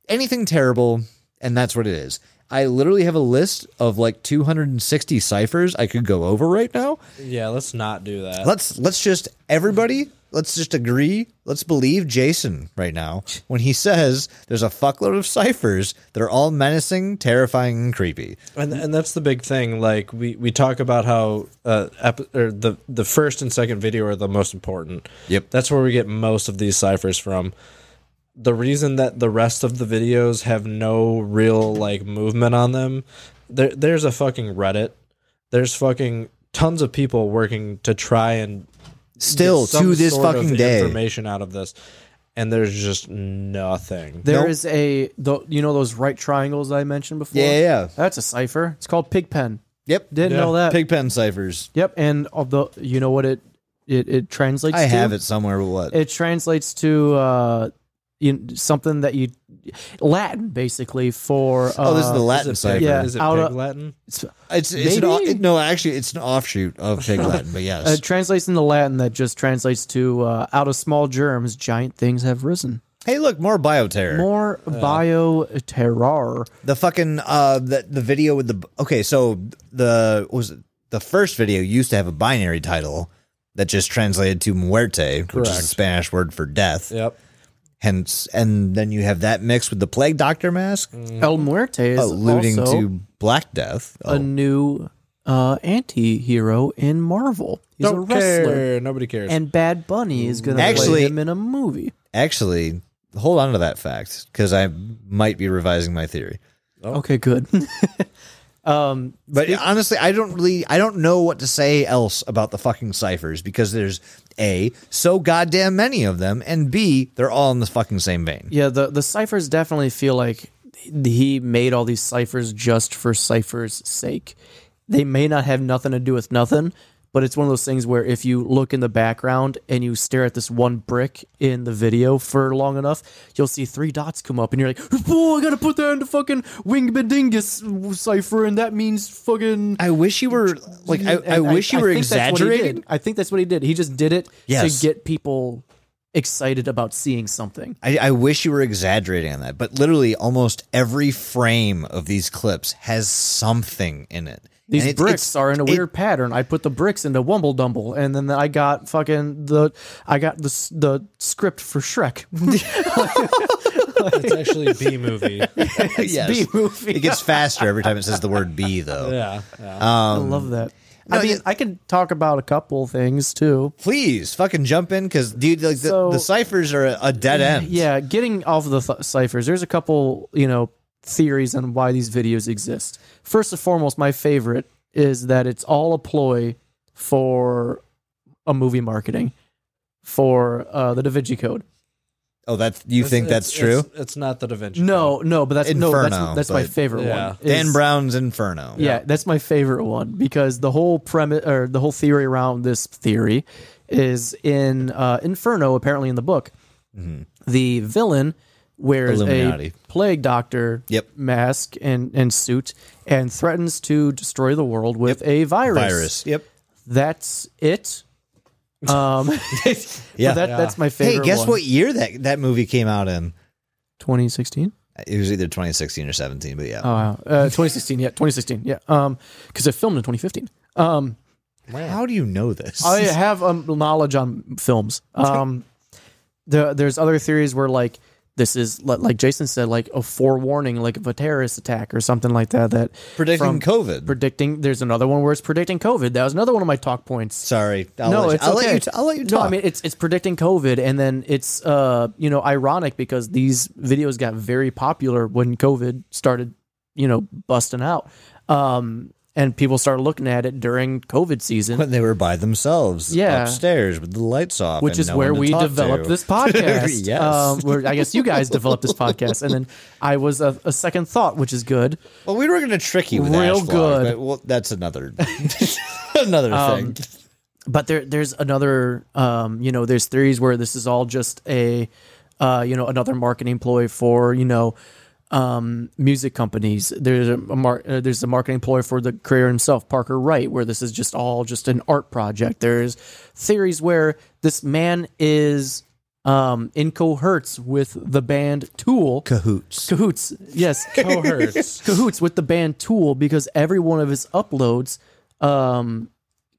Speaker 2: anything terrible, and that's what it is. I literally have a list of like 260 ciphers I could go over right now.
Speaker 4: Yeah, let's not do that.
Speaker 2: Let's let's just everybody let's just agree. Let's believe Jason right now when he says there's a fuckload of ciphers that are all menacing, terrifying, and creepy.
Speaker 4: and and that's the big thing. Like we, we talk about how uh, ep- or the the first and second video are the most important.
Speaker 2: Yep.
Speaker 4: that's where we get most of these ciphers from. The reason that the rest of the videos have no real like movement on them, there there's a fucking Reddit. There's fucking tons of people working to try and
Speaker 2: still
Speaker 4: get some
Speaker 2: to this
Speaker 4: sort of
Speaker 2: fucking day.
Speaker 4: information out of this, and there's just nothing.
Speaker 3: There
Speaker 2: Nope.
Speaker 3: is a the, you know those right triangles I mentioned before.
Speaker 2: Yeah, yeah, yeah.
Speaker 3: That's a cipher. It's called Pigpen.
Speaker 2: Yep.
Speaker 3: Didn't know that.
Speaker 2: Pigpen ciphers.
Speaker 3: Yep, and of the you know what it it, it translates.
Speaker 2: I
Speaker 3: to?
Speaker 2: have it somewhere, but what?
Speaker 3: It translates to uh, you, something that you Latin basically for. Uh,
Speaker 2: oh, this is the Latin
Speaker 4: Is it
Speaker 2: cipher.
Speaker 4: pig-
Speaker 3: yeah.
Speaker 4: is it
Speaker 3: out
Speaker 4: pig
Speaker 3: of-
Speaker 4: Latin?
Speaker 2: It's, it's an,
Speaker 3: Maybe? Uh,
Speaker 2: o- it- no, actually, it's an offshoot of Pig Latin, but yes.
Speaker 3: It translates into Latin that just translates to uh, out of small germs, giant things have risen.
Speaker 2: hey, look, more bioterror.
Speaker 3: More bio terror.
Speaker 2: the fucking uh, the the video with the okay, so the what was it, the first video used to have a binary title that just translated to muerte, which is the Spanish word for death.
Speaker 4: Yep.
Speaker 2: Hence, and then you have that mixed with the plague doctor mask,
Speaker 3: El Muerte is
Speaker 2: Mm. alluding
Speaker 3: Mm. also
Speaker 2: to Black Death.
Speaker 3: a new uh, anti-hero in Marvel. He's a wrestler.
Speaker 4: care. Nobody cares.
Speaker 3: And Bad Bunny is going to
Speaker 2: Actually-
Speaker 3: play him in a movie.
Speaker 2: Actually, hold on to that fact because I might be revising my theory.
Speaker 3: Okay, good. <laughs> um,
Speaker 2: But honestly, I don't really, I don't know what to say else about the fucking ciphers because there's a so goddamn many of them, and b they're all in the fucking same vein.
Speaker 3: yeah, the the ciphers definitely feel like he made all these ciphers just for ciphers' sake. They may not have nothing to do with nothing, but it's one of those things where if you look in the background and you stare at this one brick in the video for long enough, you'll see three dots come up, and you're like, "Oh, I gotta put that into fucking Wing Bedingus cipher," and that means fucking.
Speaker 2: I wish you were like, I, I
Speaker 3: And
Speaker 2: wish you
Speaker 3: I
Speaker 2: were
Speaker 3: think that's what he did.
Speaker 2: exaggerating.
Speaker 3: I think that's what he did. He just did it
Speaker 2: Yes.
Speaker 3: to get people excited about seeing something.
Speaker 2: I, I wish you were exaggerating on that, but literally, almost every frame of these clips has something in it.
Speaker 3: These
Speaker 2: And it-
Speaker 3: bricks
Speaker 2: it's-
Speaker 3: are in a
Speaker 2: it- <laughs>
Speaker 3: weird pattern. I put the bricks into Wumble Dumble, and then I got fucking the I got the s- the script for Shrek. <laughs>
Speaker 4: it's actually B movie.
Speaker 2: yes. <laughs>
Speaker 3: B movie.
Speaker 2: It gets faster every time it says the word "b," though.
Speaker 4: <laughs> Yeah.
Speaker 3: I love that.
Speaker 2: Um, no,
Speaker 3: I mean,
Speaker 2: you-
Speaker 3: I can talk about a couple things too.
Speaker 2: please fucking jump in because dude like the,
Speaker 3: So-
Speaker 2: the ciphers are a, a dead end
Speaker 3: Yeah, getting off of the th- ciphers, there's a couple, you know, theories on why these videos exist. First and foremost, my favorite is that it's all a ploy for a movie marketing for uh, the Da Vinci Code.
Speaker 2: oh that's you think that's true
Speaker 4: It's, it's not the Da Vinci.
Speaker 3: No, no, but that's no,
Speaker 2: Inferno,
Speaker 3: that's that's my
Speaker 2: but-
Speaker 3: favorite
Speaker 4: Yeah.
Speaker 3: one. is-
Speaker 2: dan brown's inferno
Speaker 3: Yeah, that's my favorite one because the whole premise or the whole theory around this theory is in uh, Inferno. Apparently, in the book, the villain wears
Speaker 2: Mm-hmm. Illuminati.
Speaker 3: a plague doctor
Speaker 2: Yep.
Speaker 3: mask and, and suit and threatens to destroy the world with a virus.
Speaker 2: virus yep
Speaker 3: That's it. Um, <laughs>
Speaker 2: <laughs> Yeah.
Speaker 3: yeah, that, that's my
Speaker 2: hey
Speaker 3: favorite.
Speaker 2: guess
Speaker 3: one.
Speaker 2: what year that that movie came out in
Speaker 3: 2016.
Speaker 2: it was either 2016 or 17 but yeah
Speaker 3: Oh, wow. uh, 2016. Yeah, 2016. Yeah. Um, because it filmed in 2015. Um.
Speaker 2: how do you know this
Speaker 3: I uh, have um, knowledge on films. Um, the, there's other theories where like This is li- like Jason said, like a forewarning, like of a terrorist attack or something like that. That from
Speaker 2: Predicting COVID.
Speaker 3: predicting. There's another one where it's predicting COVID. That was another one of my talk points.
Speaker 2: Sorry, I'll
Speaker 3: no,
Speaker 2: let you,
Speaker 3: it's
Speaker 2: I'll
Speaker 3: okay.
Speaker 2: let you. T- I'll let you talk.
Speaker 3: No, I mean it's it's predicting COVID, and then it's uh you know ironic because these videos got very popular when COVID started, you know, busting out, um, and people started looking at it during COVID season,
Speaker 2: when they were by themselves,
Speaker 3: Yeah.
Speaker 2: upstairs with the lights off,
Speaker 3: which is
Speaker 2: and no
Speaker 3: where
Speaker 2: one to
Speaker 3: we
Speaker 2: talk
Speaker 3: developed
Speaker 2: to. <laughs>
Speaker 3: this podcast.
Speaker 2: Yes.
Speaker 3: um, where I guess you guys developed this podcast, and then I was a, a second thought, which is good.
Speaker 2: Well, we were going to trick you with
Speaker 3: Real
Speaker 2: Ash Vlog,
Speaker 3: good.
Speaker 2: but, well, that's another <laughs> another
Speaker 3: Um,
Speaker 2: thing.
Speaker 3: but there there's another um you know there's theories where this is all just a uh you know another marketing ploy for you know um music companies there's a, a mar- uh, there's a marketing ploy for the creator himself Parker Wright where this is just all just an art project there's theories where this man is um in cohorts with the band Tool
Speaker 2: Cahoots.
Speaker 3: cahoots yes
Speaker 4: Cohorts.
Speaker 3: <laughs> cahoots with the band Tool because every one of his uploads um,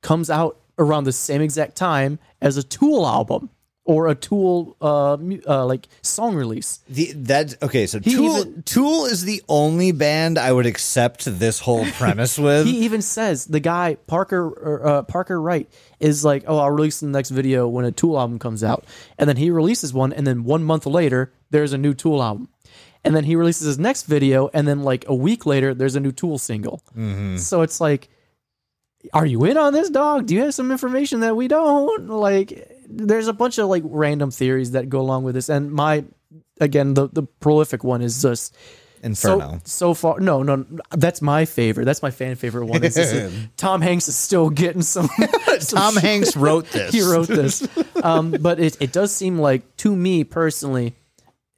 Speaker 3: comes out around the same exact time as a Tool album or a Tool uh, mu- uh, like song release.
Speaker 2: The, that okay. So Tool
Speaker 3: even-
Speaker 2: Tool is the only band I would accept
Speaker 3: <laughs>
Speaker 2: this whole premise with.
Speaker 3: He even says the guy Parker or, uh, Parker Wright is like, "Oh, I'll release the next video when a Tool album comes out," and then he releases one, and then one month later, there's a new Tool album, and then he releases his next video, and then like a week later, there's a new Tool single. So it's like, are you in on this, dog? Do you have some information that we don't? Like, there's a bunch of like random theories that go along with this, and my again the the prolific one is just
Speaker 2: Inferno.
Speaker 3: so, so far, no, no, no, that's my favorite. That's my fan favorite one. Is this-
Speaker 2: <laughs>
Speaker 3: Tom Hanks is still getting some. some
Speaker 2: Tom
Speaker 3: shit.
Speaker 2: Hanks wrote <laughs> this.
Speaker 3: He wrote this, um, but it it does seem like to me personally.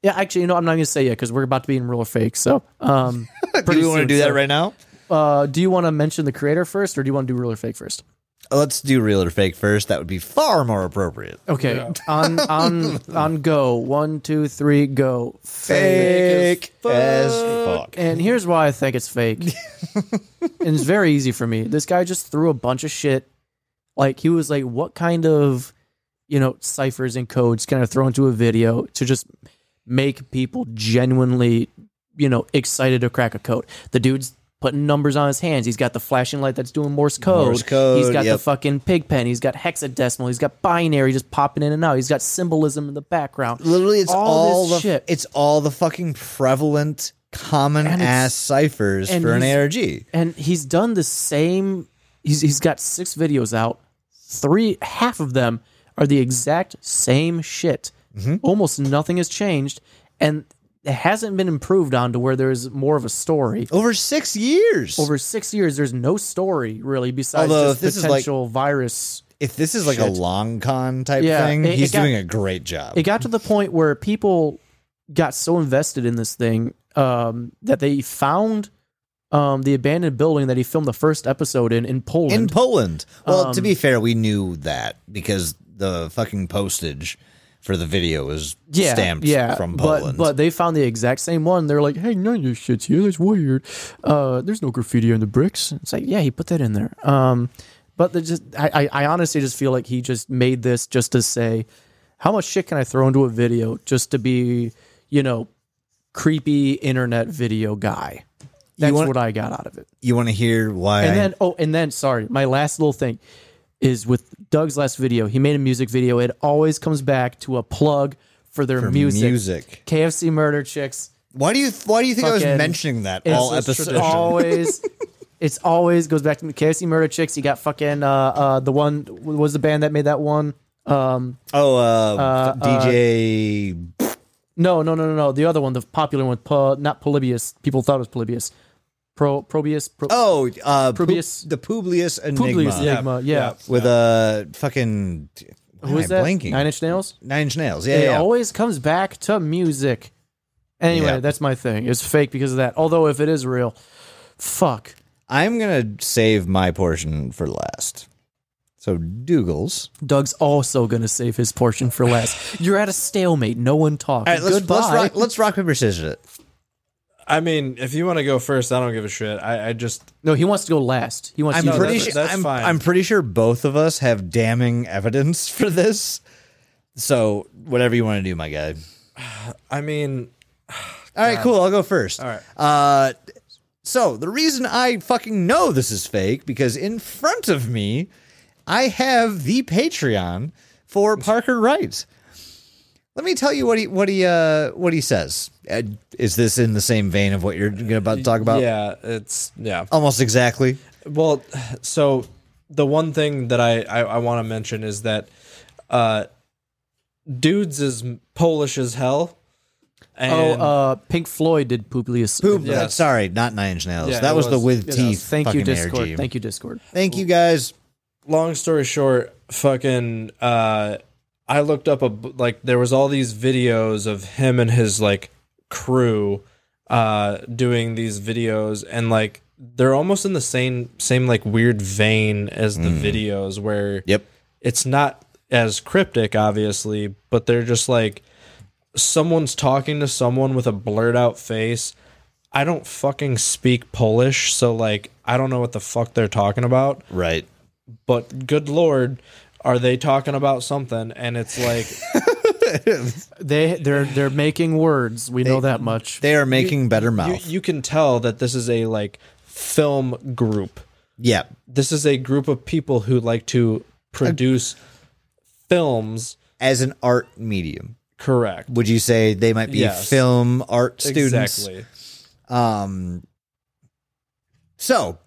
Speaker 3: Yeah, actually, you know, I'm not gonna say it because we're about to be in real or fake. So, um, <laughs>
Speaker 2: do we want to
Speaker 3: soon,
Speaker 2: do
Speaker 3: so-
Speaker 2: that right now?
Speaker 3: uh, do you want to mention the creator first, or do you want to do real or fake first?
Speaker 2: Let's do real or fake first. That would be far more appropriate.
Speaker 3: Okay, on on on go. One, two, three, go. Fake.
Speaker 2: as fuck.
Speaker 3: And here's why I think it's
Speaker 2: <laughs>
Speaker 3: fake. and it's very easy for me. This guy just threw a bunch of shit. Like he was like, what kind of you know ciphers and codes can I throw into a video to just make people genuinely you know excited to crack a code? The dude's putting numbers on his hands. He's got the flashing light that's doing Morse code.
Speaker 2: Morse code,
Speaker 3: he's got the
Speaker 2: yep.
Speaker 3: fucking pig pen. He's got hexadecimal. He's got binary just popping in and out. He's got symbolism in the background.
Speaker 2: Literally, it's all,
Speaker 3: this
Speaker 2: the
Speaker 3: shit.
Speaker 2: it's all the fucking prevalent common
Speaker 3: And it's-
Speaker 2: ass ciphers
Speaker 3: and
Speaker 2: for an
Speaker 3: he's-
Speaker 2: ARG.
Speaker 3: and he's done the same he's he's got six videos out three half of them are the exact same shit
Speaker 2: Mm-hmm.
Speaker 3: almost nothing has changed and it hasn't been improved on to where there's more of a story
Speaker 2: Over six years.
Speaker 3: over six years there's no story really besides
Speaker 2: Although
Speaker 3: just
Speaker 2: if this is like-
Speaker 3: potential virus
Speaker 2: if this is like a
Speaker 3: Shit.
Speaker 2: long con type
Speaker 3: Yeah,
Speaker 2: thing,
Speaker 3: it- it
Speaker 2: he's
Speaker 3: got-
Speaker 2: doing a great job.
Speaker 3: it got to the point where people got so invested in this thing um, that they found um, the abandoned building that he filmed the first episode in in Poland.
Speaker 2: in Poland. Well, to
Speaker 3: Um,
Speaker 2: be fair, we knew that because the fucking postage for the video was stamped from
Speaker 3: but-
Speaker 2: Poland.
Speaker 3: But, they found the exact same one. They're like, hey, none of your shit's here. That's weird. Uh, there's no graffiti on the bricks. It's like, yeah, he put that in there. Um, but they just, I, I, I honestly just feel like he just made this just to say, how much shit can I throw into a video just to be, you know, creepy internet video guy. That's
Speaker 2: want-
Speaker 3: what I got out of it.
Speaker 2: you want to hear why?
Speaker 3: And
Speaker 2: I-
Speaker 3: then, oh, and then, sorry, my last little thing is with Doug's last video. He made a music video. It always comes back to a plug for their music.
Speaker 2: music.
Speaker 3: KFC Murder Chicks.
Speaker 2: why do you why do you think I
Speaker 3: Fucking-
Speaker 2: was mentioning that
Speaker 3: It's
Speaker 2: all
Speaker 3: just
Speaker 2: episode? <laughs>
Speaker 3: Always. It's always goes back to KFC Murder Chicks. You got fucking uh, uh, the one what was the band that made that one. Um,
Speaker 2: Oh, uh, DJ.
Speaker 3: no, no, no, no, no. The other one, the popular one, Po- not Polybius. People thought it was Polybius. Pro Probius. Pro,
Speaker 2: oh, uh, Pu-
Speaker 3: Publius-
Speaker 2: the Publius Enigma
Speaker 3: Publius Enigma. Yeah.
Speaker 2: with a fucking. Why
Speaker 3: Who
Speaker 2: am
Speaker 3: is
Speaker 2: I
Speaker 3: that?
Speaker 2: Oh, Blanking.
Speaker 3: Nine Inch Nails.
Speaker 2: Nine Inch Nails. Yeah,
Speaker 3: it
Speaker 2: yeah.
Speaker 3: always comes back to music. Anyway,
Speaker 2: Yeah.
Speaker 3: that's my thing. It's fake because of that. Although if it is real, fuck.
Speaker 2: I'm gonna save my portion for last. So Dougals.
Speaker 3: Doug's also gonna save his portion for last. You're at a stalemate. No one talks.
Speaker 2: All right, let's,
Speaker 3: Goodbye.
Speaker 2: let's rock. Let's rock paper scissors it.
Speaker 4: I mean, if you want to go first, I don't give a shit. I, I just
Speaker 3: No, he wants to go last. He wants.
Speaker 2: I'm
Speaker 3: to go
Speaker 2: pretty
Speaker 3: last.
Speaker 2: sure.
Speaker 4: that's- that's
Speaker 2: I'm,
Speaker 4: fine.
Speaker 2: I'm pretty sure both of us <laughs> have damning evidence for this. So whatever you want to do, my guy.
Speaker 4: I mean,
Speaker 2: All right, cool. I'll go first. All
Speaker 4: right.
Speaker 2: Uh, so the reason I fucking know this is fake because in front of me, I have the Patreon for Parker Wright. Let me tell you what he what he uh, what he says. Uh, is this in the same vein of what you're gonna about to talk about?
Speaker 4: yeah, it's yeah.
Speaker 2: Almost exactly.
Speaker 4: Well, so the one thing that I I, I want to mention is that uh, dudes is Polish as hell.
Speaker 3: Oh,
Speaker 4: And
Speaker 3: uh, Pink Floyd did Publius.
Speaker 2: Poop.
Speaker 4: Yes.
Speaker 2: uh, Sorry, not Nine Inch Nails.
Speaker 4: Yeah,
Speaker 2: that
Speaker 4: it
Speaker 2: was, the
Speaker 4: was-
Speaker 2: with
Speaker 4: yes.
Speaker 2: teeth.
Speaker 3: Thank you,
Speaker 2: fucking
Speaker 3: Discord.
Speaker 2: energy.
Speaker 3: Thank you, Discord.
Speaker 2: Thank you guys.
Speaker 4: long story short, fucking uh I looked up a b- like there was all these videos of him and his like crew uh doing these videos and like they're almost in the same same like weird vein as the videos where
Speaker 2: Yep.
Speaker 4: it's not as cryptic obviously, but they're just like someone's talking to someone with a blurred out face. I don't fucking speak Polish, so like I don't know what the fuck they're talking about
Speaker 2: Right.
Speaker 4: but good lord are they talking about something and
Speaker 3: <laughs>
Speaker 4: it's like
Speaker 3: They they're they're making words. We know that much.
Speaker 2: They are making better
Speaker 4: you,
Speaker 2: mouth.
Speaker 4: you can tell that this is a like film group
Speaker 2: yeah.
Speaker 4: this is a group of people who like to produce films
Speaker 2: As an art medium.
Speaker 4: correct
Speaker 2: would you say they might be
Speaker 4: Yes.
Speaker 2: film art students?
Speaker 4: exactly
Speaker 2: Um, so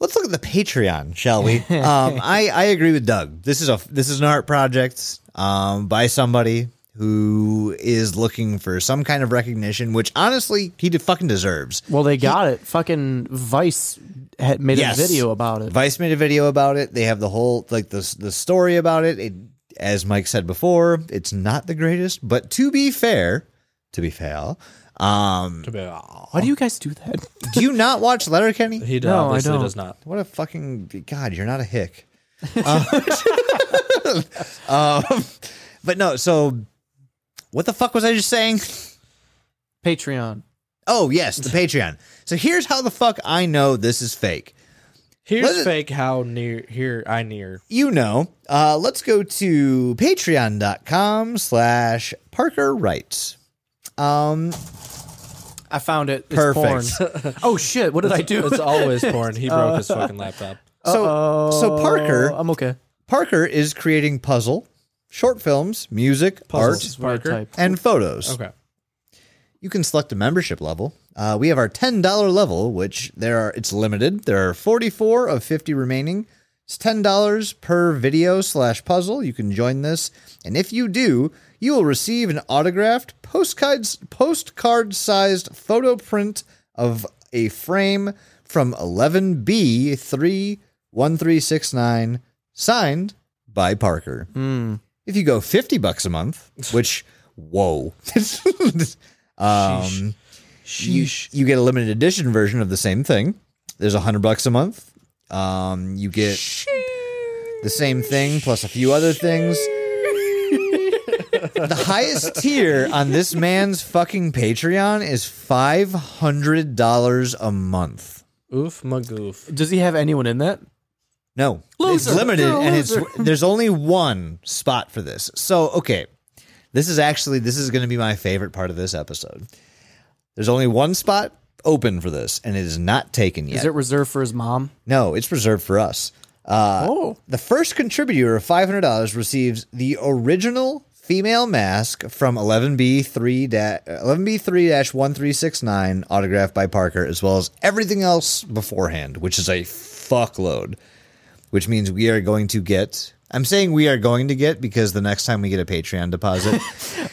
Speaker 2: let's look at the Patreon, shall
Speaker 4: <laughs>
Speaker 2: we? um, I I agree with Doug. This is a this is an art project um, by somebody who is looking for some kind of recognition, which honestly he de- fucking deserves.
Speaker 3: well, they got it. Fucking Vice had made
Speaker 2: Yes.
Speaker 3: a video about it.
Speaker 2: Vice made a video about it. They have the whole like the the story about it. it. As Mike said before, it's not the greatest, but to be fair, to be fair,
Speaker 4: <laughs>
Speaker 2: um,
Speaker 3: Why do you guys do that?
Speaker 2: Do you not watch Letterkenny?
Speaker 4: he
Speaker 3: No, I
Speaker 4: obviously
Speaker 3: don't.
Speaker 4: does not
Speaker 2: What a fucking god! You're not a hick. Um, <laughs> um, but no. So, what the fuck was I just saying?
Speaker 3: Patreon.
Speaker 2: Oh yes, the Patreon. So here's how the fuck I know this is fake.
Speaker 4: here's
Speaker 2: Let it-
Speaker 4: fake how near here i near
Speaker 2: You know. Uh, let's go to Patreon.com/slash Parker Writes. Um,
Speaker 3: I found it. It's
Speaker 2: Perfect. <laughs>
Speaker 3: Porn. oh shit! What did I do?
Speaker 4: it's always porn
Speaker 3: <laughs>
Speaker 4: he broke his fucking laptop
Speaker 2: so so Parker
Speaker 3: Oh, I'm okay.
Speaker 2: Parker is creating puzzle, short films, music,
Speaker 4: Puzzles.
Speaker 2: art,
Speaker 3: Weird
Speaker 4: Parker.
Speaker 3: type.
Speaker 2: and
Speaker 3: Uh.
Speaker 2: photos.
Speaker 4: okay
Speaker 2: you can select a membership level. Uh, we have our ten dollar level, which there are it's limited. There are forty four of fifty remaining. It's ten dollars per video slash puzzle. You can join this, and if you do, you will receive an autographed postcards postcard sized photo print of a frame from eleven B three one three six nine, signed by Parker. If you go fifty bucks a month, which whoa. <laughs> Um, you, you get a limited edition version of the same thing. There's a hundred bucks a month. Um, you get the same thing plus a few other things. the highest tier on this man's fucking Patreon is five hundred dollars a month.
Speaker 4: oof magoof
Speaker 3: Does he have anyone in that?
Speaker 2: No,
Speaker 3: Loser.
Speaker 2: it's limited,
Speaker 3: You're a
Speaker 2: and it's
Speaker 3: loser.
Speaker 2: there's only one spot for this. So okay, this is actually this is going to be my favorite part of this episode. There's only one spot open for this, and it is not taken yet.
Speaker 3: Is it reserved for his mom?
Speaker 2: no, it's reserved for us. Uh,
Speaker 3: oh,
Speaker 2: The first contributor of five hundred dollars receives the original female mask from eleven B three eleven B three one three six nine, autographed by Parker, as well as everything else beforehand, which is a fuckload. Which means we are going to get. I'm saying we are going to get because the next time we get a
Speaker 3: <laughs>
Speaker 2: Patreon deposit,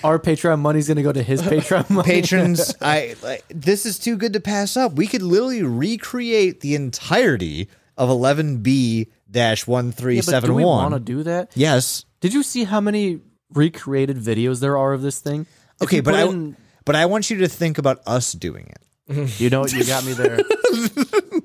Speaker 3: our Patreon money's gonna go to
Speaker 2: <laughs>
Speaker 3: his Patreon money.
Speaker 2: patrons, I like, this is too good to pass up. We could literally recreate the entirety of 11B one three
Speaker 3: yeah, but do
Speaker 2: seven
Speaker 3: we want to
Speaker 2: one.
Speaker 3: do that?
Speaker 2: Yes,
Speaker 3: Did you see how many recreated videos there are of this thing? If
Speaker 2: Okay,
Speaker 3: you
Speaker 2: but
Speaker 3: put
Speaker 2: I
Speaker 3: in-
Speaker 2: but I want you to think about us doing it.
Speaker 3: you know what? you got me
Speaker 2: <laughs>
Speaker 3: there.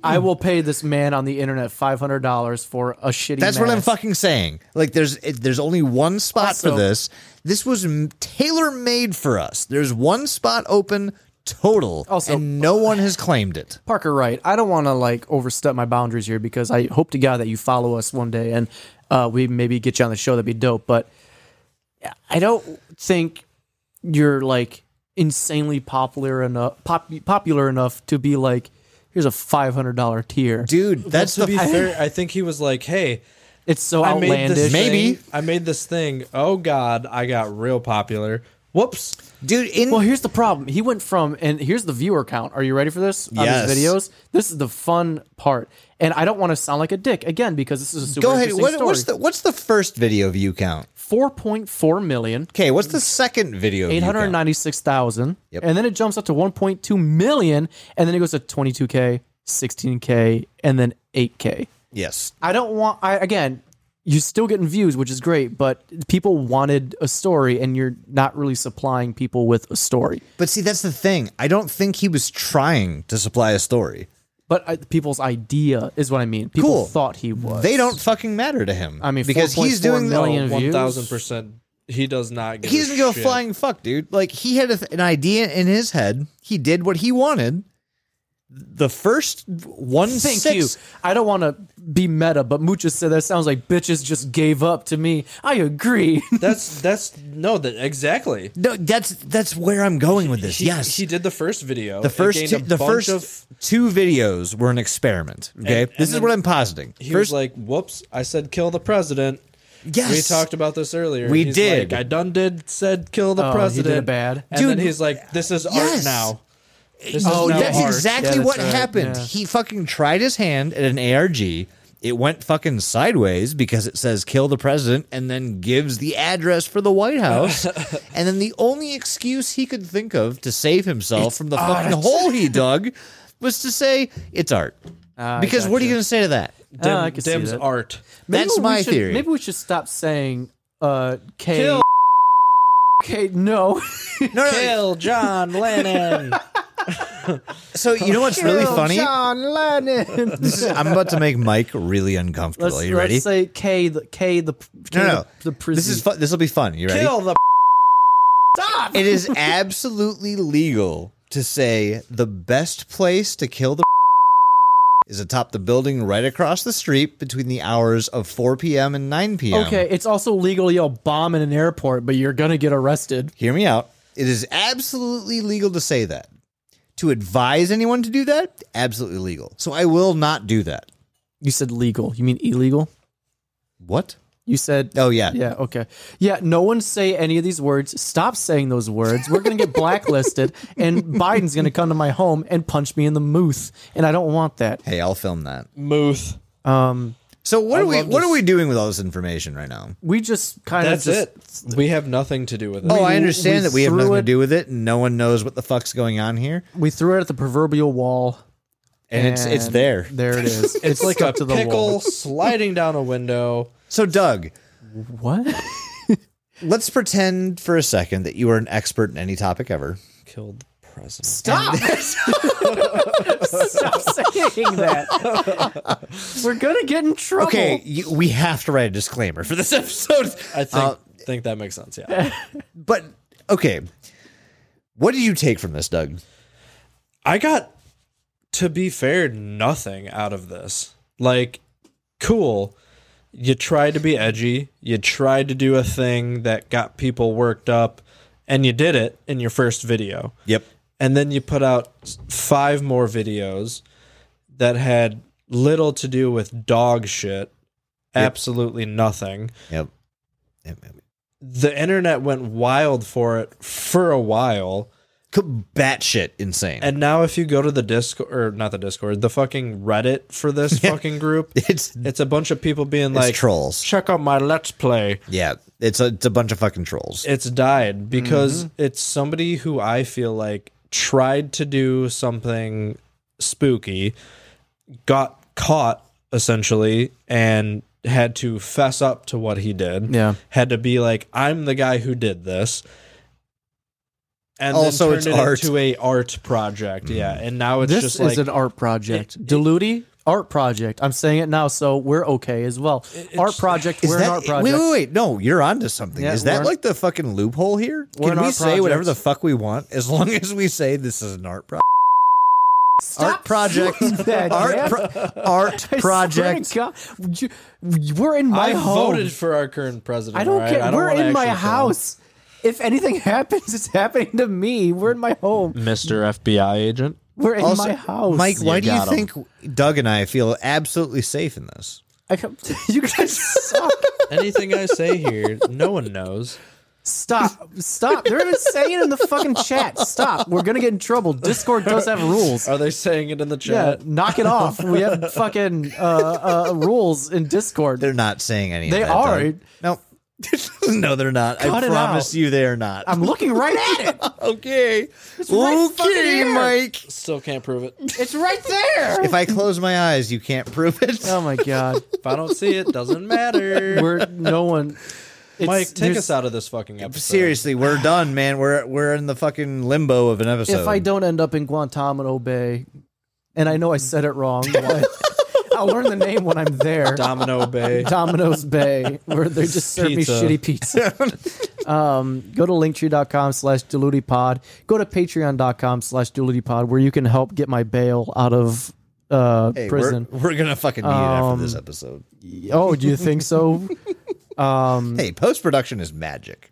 Speaker 3: I will pay this man on the internet five hundred dollars for a shitty.
Speaker 2: That's what I'm
Speaker 3: mask.
Speaker 2: fucking saying. Like there's it, there's only one spot for
Speaker 3: Also-
Speaker 2: this. This was tailor made for us. There's one spot open total,
Speaker 3: Also-
Speaker 2: and no one has claimed it.
Speaker 3: Parker Wright, I don't want to like overstep my boundaries here because I hope to God that you follow us one day and uh, we maybe get you on the show. That'd be dope. But I don't think you're like insanely popular enough pop, popular enough to be like here's a $500 tier
Speaker 2: Dude, that's
Speaker 4: to
Speaker 2: the
Speaker 4: be
Speaker 2: f-
Speaker 4: fair, I think he was like, "Hey,
Speaker 3: it's so
Speaker 4: I made
Speaker 3: outlandish
Speaker 4: this
Speaker 2: Maybe.
Speaker 4: thing- I made this thing. Oh God, I got real popular. Whoops.
Speaker 2: dude. In
Speaker 3: well here's the problem he went from and here's the viewer count are you ready for this on
Speaker 2: Yes.
Speaker 3: his videos this is the fun part and i don't want to sound like a dick again because this is a super
Speaker 2: go ahead.
Speaker 3: interesting
Speaker 2: What,
Speaker 3: story
Speaker 2: what's the what's the first video view count?
Speaker 3: 4.4 million
Speaker 2: Okay, what's the second video? view count?
Speaker 3: 896,000. And then it jumps up to 1.2 million. And then it goes to 22K, 16K, and then 8K.
Speaker 2: Yes.
Speaker 3: I don't want, I again, you're still getting views, which is great, but people wanted a story and you're not really supplying people with a story.
Speaker 2: But see, that's the thing. I don't think he was trying to supply a story.
Speaker 3: But I, people's idea is what I mean. People
Speaker 2: Cool.
Speaker 3: thought he was.
Speaker 2: They don't fucking matter to him.
Speaker 3: I mean,
Speaker 2: because he's
Speaker 3: 4.4
Speaker 2: doing the
Speaker 3: million views.
Speaker 4: One thousand percent. He does not. Give
Speaker 2: he doesn't give a
Speaker 4: shit.
Speaker 2: flying fuck, dude. Like he had a th- an idea in his head. He did what he wanted. The first one
Speaker 3: Thank
Speaker 2: six-
Speaker 3: you. I don't want to be meta, but Mucha said that sounds like bitches just gave up to me. I agree. <laughs>
Speaker 4: That's that's no. That exactly.
Speaker 2: No, that's that's where I'm going with this.
Speaker 4: He,
Speaker 2: yes,
Speaker 4: He did the first video.
Speaker 2: the
Speaker 4: It
Speaker 2: first
Speaker 4: gained
Speaker 2: two,
Speaker 4: a
Speaker 2: the
Speaker 4: bunch
Speaker 2: first
Speaker 4: of-
Speaker 2: two videos were an experiment. Okay,
Speaker 4: And-
Speaker 2: this
Speaker 4: and
Speaker 2: is what I'm positing.
Speaker 4: He
Speaker 2: first,
Speaker 4: was like, "Whoops! I said kill the president."
Speaker 2: yes,
Speaker 4: We talked about this earlier.
Speaker 2: We
Speaker 4: He's
Speaker 2: did.
Speaker 4: Like, I done did said kill the
Speaker 3: Oh, he did
Speaker 4: president.
Speaker 3: it bad.
Speaker 4: And then
Speaker 2: Dude,
Speaker 4: he's like, "This is
Speaker 2: yes.
Speaker 4: art now." This
Speaker 2: Oh,
Speaker 4: is now
Speaker 2: that's
Speaker 4: art.
Speaker 2: exactly
Speaker 3: Yeah,
Speaker 2: what
Speaker 3: that's right.
Speaker 2: happened.
Speaker 3: Yeah.
Speaker 2: He fucking tried his hand at an ARG. It went fucking sideways because it says kill the president and then gives the address for the White
Speaker 3: <laughs>
Speaker 2: House. and then the only excuse he could think of to save himself from the fucking hole he dug was to say it's art. because what are you going to say to that?
Speaker 4: Dim,
Speaker 3: Ah, I can see
Speaker 4: Dim's
Speaker 3: that.
Speaker 4: art.
Speaker 2: That's
Speaker 3: we
Speaker 2: my
Speaker 3: should-
Speaker 2: theory.
Speaker 3: Maybe we should stop saying uh K.
Speaker 4: Kill.
Speaker 3: K. No. <laughs>
Speaker 2: No, no, no.
Speaker 4: Kill
Speaker 2: <laughs>
Speaker 4: John Lennon.
Speaker 2: So you know what's really funny?
Speaker 3: John Lennon.
Speaker 2: <laughs> This is- I'm about to make Mike really uncomfortable.
Speaker 3: let's,
Speaker 2: you ready?
Speaker 3: let's say K. The K. The K,
Speaker 2: no, no.
Speaker 3: The, the
Speaker 2: this
Speaker 3: prison.
Speaker 2: is fun. This will be fun. You ready?
Speaker 4: kill the.
Speaker 3: stop.
Speaker 2: it is absolutely legal to say the best place to kill the <laughs> is atop the building right across the street between the hours of 4 p.m. and 9 p.m.
Speaker 3: Okay, it's also legal to yell bomb in an airport, but you're gonna get arrested.
Speaker 2: Hear me out. It is absolutely legal to say that. To advise anyone to do that, absolutely legal. So I will not do that.
Speaker 3: You said legal. You mean illegal?
Speaker 2: What?
Speaker 3: You said
Speaker 2: Oh yeah.
Speaker 3: Yeah, okay. Yeah, no one say any of these words. Stop saying those words. We're going to <laughs> get blacklisted, and Biden's going to come to my home and punch me in the mouth, and I don't want that.
Speaker 2: Hey, I'll film that.
Speaker 4: Muth.
Speaker 3: Um,
Speaker 2: So what are we
Speaker 4: love
Speaker 2: what
Speaker 4: this.
Speaker 2: are we doing with all this information right now?
Speaker 3: we just kind of
Speaker 4: That's
Speaker 3: just.
Speaker 4: it. We have nothing to do with it.
Speaker 2: Oh, I understand
Speaker 3: we
Speaker 2: that we have
Speaker 3: threw
Speaker 2: nothing to
Speaker 3: it-
Speaker 2: do with it and no one knows what the fuck's going on here.
Speaker 3: We threw it at the proverbial wall,
Speaker 2: And, it's it's
Speaker 3: and
Speaker 2: there.
Speaker 3: There it is. it's,
Speaker 4: it's like a
Speaker 3: stuck to the
Speaker 4: pickle
Speaker 3: <laughs> wall.
Speaker 4: sliding down a window.
Speaker 2: So Doug,
Speaker 3: What?
Speaker 2: Let's pretend for a second that you are an expert in any topic ever.
Speaker 4: Killed the president.
Speaker 3: Stop! <laughs> Stop saying that. <laughs> We're gonna get in trouble.
Speaker 2: Okay, you, we have to write a disclaimer for this <laughs> episode.
Speaker 4: I think think that makes sense. Yeah,
Speaker 2: But okay, what did you take from this, Doug?
Speaker 4: I got to be fair, nothing out of this. Like, cool. You tried to be edgy. You tried to do a thing that got people worked up, and you did it in your first video.
Speaker 2: Yep.
Speaker 4: and then you put out s- five more videos that had little to do with dog shit absolutely nothing
Speaker 2: Yep. Yep, yep, yep.
Speaker 4: the internet went wild for it for a while
Speaker 2: Co- Batshit insane.
Speaker 4: and now if you go to the discord or not the discord the fucking reddit for this fucking group
Speaker 2: it's
Speaker 4: it's a bunch of people being
Speaker 2: like
Speaker 4: like
Speaker 2: trolls.
Speaker 4: check out my let's play
Speaker 2: Yeah, it's a it's a bunch of fucking trolls.
Speaker 4: it's died because
Speaker 3: Mm-hmm.
Speaker 4: it's somebody who I feel like tried to do something spooky, got caught essentially, and had to fess up to what he did.
Speaker 3: Yeah.
Speaker 4: Had to be like, I'm the guy who did this. And
Speaker 2: Also,
Speaker 4: then
Speaker 2: it's
Speaker 4: turned
Speaker 2: art.
Speaker 4: it into a art project. Yeah. And now Oh, it's
Speaker 3: Mm. This
Speaker 4: just
Speaker 3: is
Speaker 4: like
Speaker 3: an art project. Diluti art project. I'm saying it now, so we're okay as well. art project.
Speaker 2: Is
Speaker 3: we're
Speaker 2: that-
Speaker 3: an art project.
Speaker 2: Wait, wait, wait. No, you're onto something.
Speaker 3: Yeah,
Speaker 2: is
Speaker 3: we're
Speaker 2: that
Speaker 3: an-
Speaker 2: like the fucking loophole here?
Speaker 3: We're
Speaker 2: Can
Speaker 3: an
Speaker 2: we
Speaker 3: art
Speaker 2: say whatever
Speaker 3: project.
Speaker 2: the fuck we want as long <laughs> as we say this is an art project? art project.
Speaker 3: that,
Speaker 2: art
Speaker 3: man. <laughs>
Speaker 2: pro- art project.
Speaker 3: Swear to God, you- we're in my
Speaker 4: I
Speaker 3: home.
Speaker 4: voted for our current president.
Speaker 3: I don't
Speaker 4: all right?
Speaker 3: care.
Speaker 4: don't
Speaker 3: we're
Speaker 4: wanna
Speaker 3: in
Speaker 4: actually
Speaker 3: my
Speaker 4: kill him.
Speaker 3: house. if anything <laughs> happens, it's happening to me. We're in my home.
Speaker 4: Mr. FBI agent.
Speaker 3: We're in
Speaker 2: Also,
Speaker 3: my house.
Speaker 2: Mike, why
Speaker 4: You
Speaker 2: do you
Speaker 4: got 'em.
Speaker 2: think Doug and I feel absolutely safe in this?
Speaker 3: I come, <laughs> you guys suck.
Speaker 4: Anything I say here, no one knows.
Speaker 3: Stop. Stop. They're gonna say it in the fucking chat. Stop. We're gonna get in trouble. Discord does have
Speaker 4: <laughs>
Speaker 3: rules.
Speaker 4: Are they saying it in the
Speaker 3: Yeah,
Speaker 4: chat?
Speaker 3: knock it off. We have fucking uh, uh, rules in Discord.
Speaker 2: They're not saying anything.
Speaker 3: They are.
Speaker 2: No. <laughs> no, they're not.
Speaker 3: Cut
Speaker 2: I
Speaker 3: it
Speaker 2: promise
Speaker 3: out.
Speaker 2: you they are not.
Speaker 3: I'm looking right at it.
Speaker 2: <laughs> okay.
Speaker 3: right fucking
Speaker 2: okay,
Speaker 3: here.
Speaker 2: Mike.
Speaker 4: Still can't prove it.
Speaker 3: It's right there.
Speaker 2: If I close my eyes, you can't prove it.
Speaker 3: Oh my god.
Speaker 4: If I don't see it, doesn't matter.
Speaker 3: <laughs> We're no one. It's,
Speaker 4: Mike, take
Speaker 3: there's-
Speaker 4: us out of this fucking episode.
Speaker 2: <laughs> Seriously, we're done, man. We're we're in the fucking limbo of an episode.
Speaker 3: If I don't end up in Guantanamo Bay, and I know I said it wrong,
Speaker 2: <laughs>
Speaker 3: but I'll learn the name when I'm there.
Speaker 4: Domino Bay.
Speaker 3: Domino's Bay, where they just serve
Speaker 4: Pizza.
Speaker 3: me shitty pizza. um, go to linktree.com slash dilutypod. Go to patreon.com slash dilutypod, where you can help get my bail out of uh,
Speaker 2: Hey, we're-
Speaker 3: prison. Um,
Speaker 2: We're, gonna fucking need it after this episode.
Speaker 3: Oh, do you think
Speaker 2: <laughs>
Speaker 3: so?
Speaker 2: Hey, post production is magic.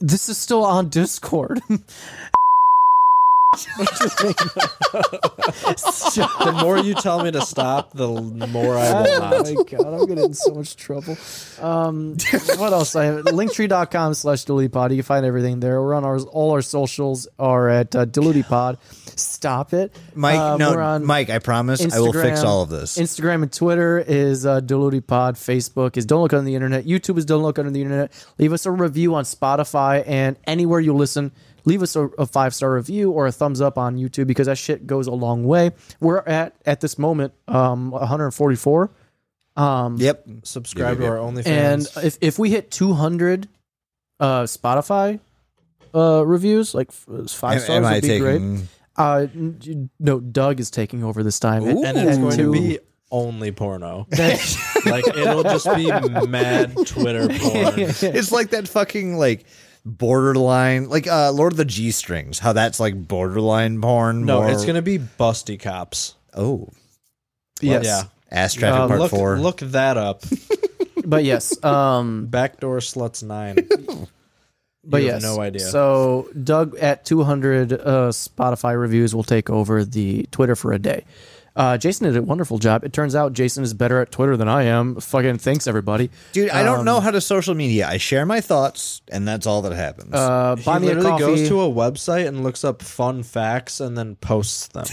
Speaker 3: this is still on
Speaker 2: <laughs>
Speaker 3: Discord. <laughs> Stop.
Speaker 4: <laughs> The more you tell me to stop, the l- more I will
Speaker 2: <laughs>
Speaker 3: Oh
Speaker 4: not.
Speaker 3: my god, I'm getting in so much trouble. Um, what else? I have linktree.com slash dilutypod. You can find everything there. We're on our all our socials are at uh, dilutypod. Stop it,
Speaker 2: Mike,
Speaker 3: Uh, we're
Speaker 2: no,
Speaker 3: on
Speaker 2: Mike, I promise I will fix
Speaker 3: Instagram.
Speaker 2: all of this.
Speaker 3: Instagram and Twitter is uh, dilutypod. Facebook is don't look under the internet. YouTube is don't look under the internet. Leave us a review on Spotify and anywhere you listen. Leave us a, a five star review or a thumbs up on YouTube because that shit goes a long way. We're at at this moment um 144.
Speaker 2: yep.
Speaker 4: Subscribe to our OnlyFans.
Speaker 3: Um, and if, if we hit 200 uh spotify uh reviews like f- five
Speaker 2: Am,
Speaker 3: stars
Speaker 2: am
Speaker 3: would
Speaker 2: I
Speaker 3: be
Speaker 2: taking?
Speaker 3: great uh n- d- no doug is taking over this time It-
Speaker 4: and it's going to
Speaker 3: Ooh.
Speaker 4: be only porno.
Speaker 3: <laughs> that-
Speaker 4: Like it'll just be mad Twitter porn.
Speaker 2: It's like that fucking like borderline, like uh Lord of the G Strings. How that's like borderline porn.
Speaker 4: No,
Speaker 2: more-
Speaker 4: it's gonna be busty cops.
Speaker 2: oh
Speaker 3: yes
Speaker 4: Yeah.
Speaker 2: ass traffic
Speaker 3: Uh,
Speaker 2: part
Speaker 4: Look,
Speaker 2: four.
Speaker 4: look that up.
Speaker 3: but yes
Speaker 4: <laughs>
Speaker 3: um
Speaker 4: Backdoor sluts nine.
Speaker 3: but
Speaker 4: You
Speaker 3: yes
Speaker 4: have no idea.
Speaker 3: so doug at 200 uh spotify reviews will take over the twitter for a day uh, Jason did a wonderful job. It turns out Jason is better at Twitter than I am. Fucking thanks, everybody.
Speaker 2: Dude, I don't
Speaker 3: um,
Speaker 2: know how to social media. I share my thoughts, and that's all that happens.
Speaker 3: Uh,
Speaker 4: he
Speaker 3: buy me a
Speaker 4: literally
Speaker 3: coffee.
Speaker 4: goes to a website and looks up fun facts and then posts <laughs> them.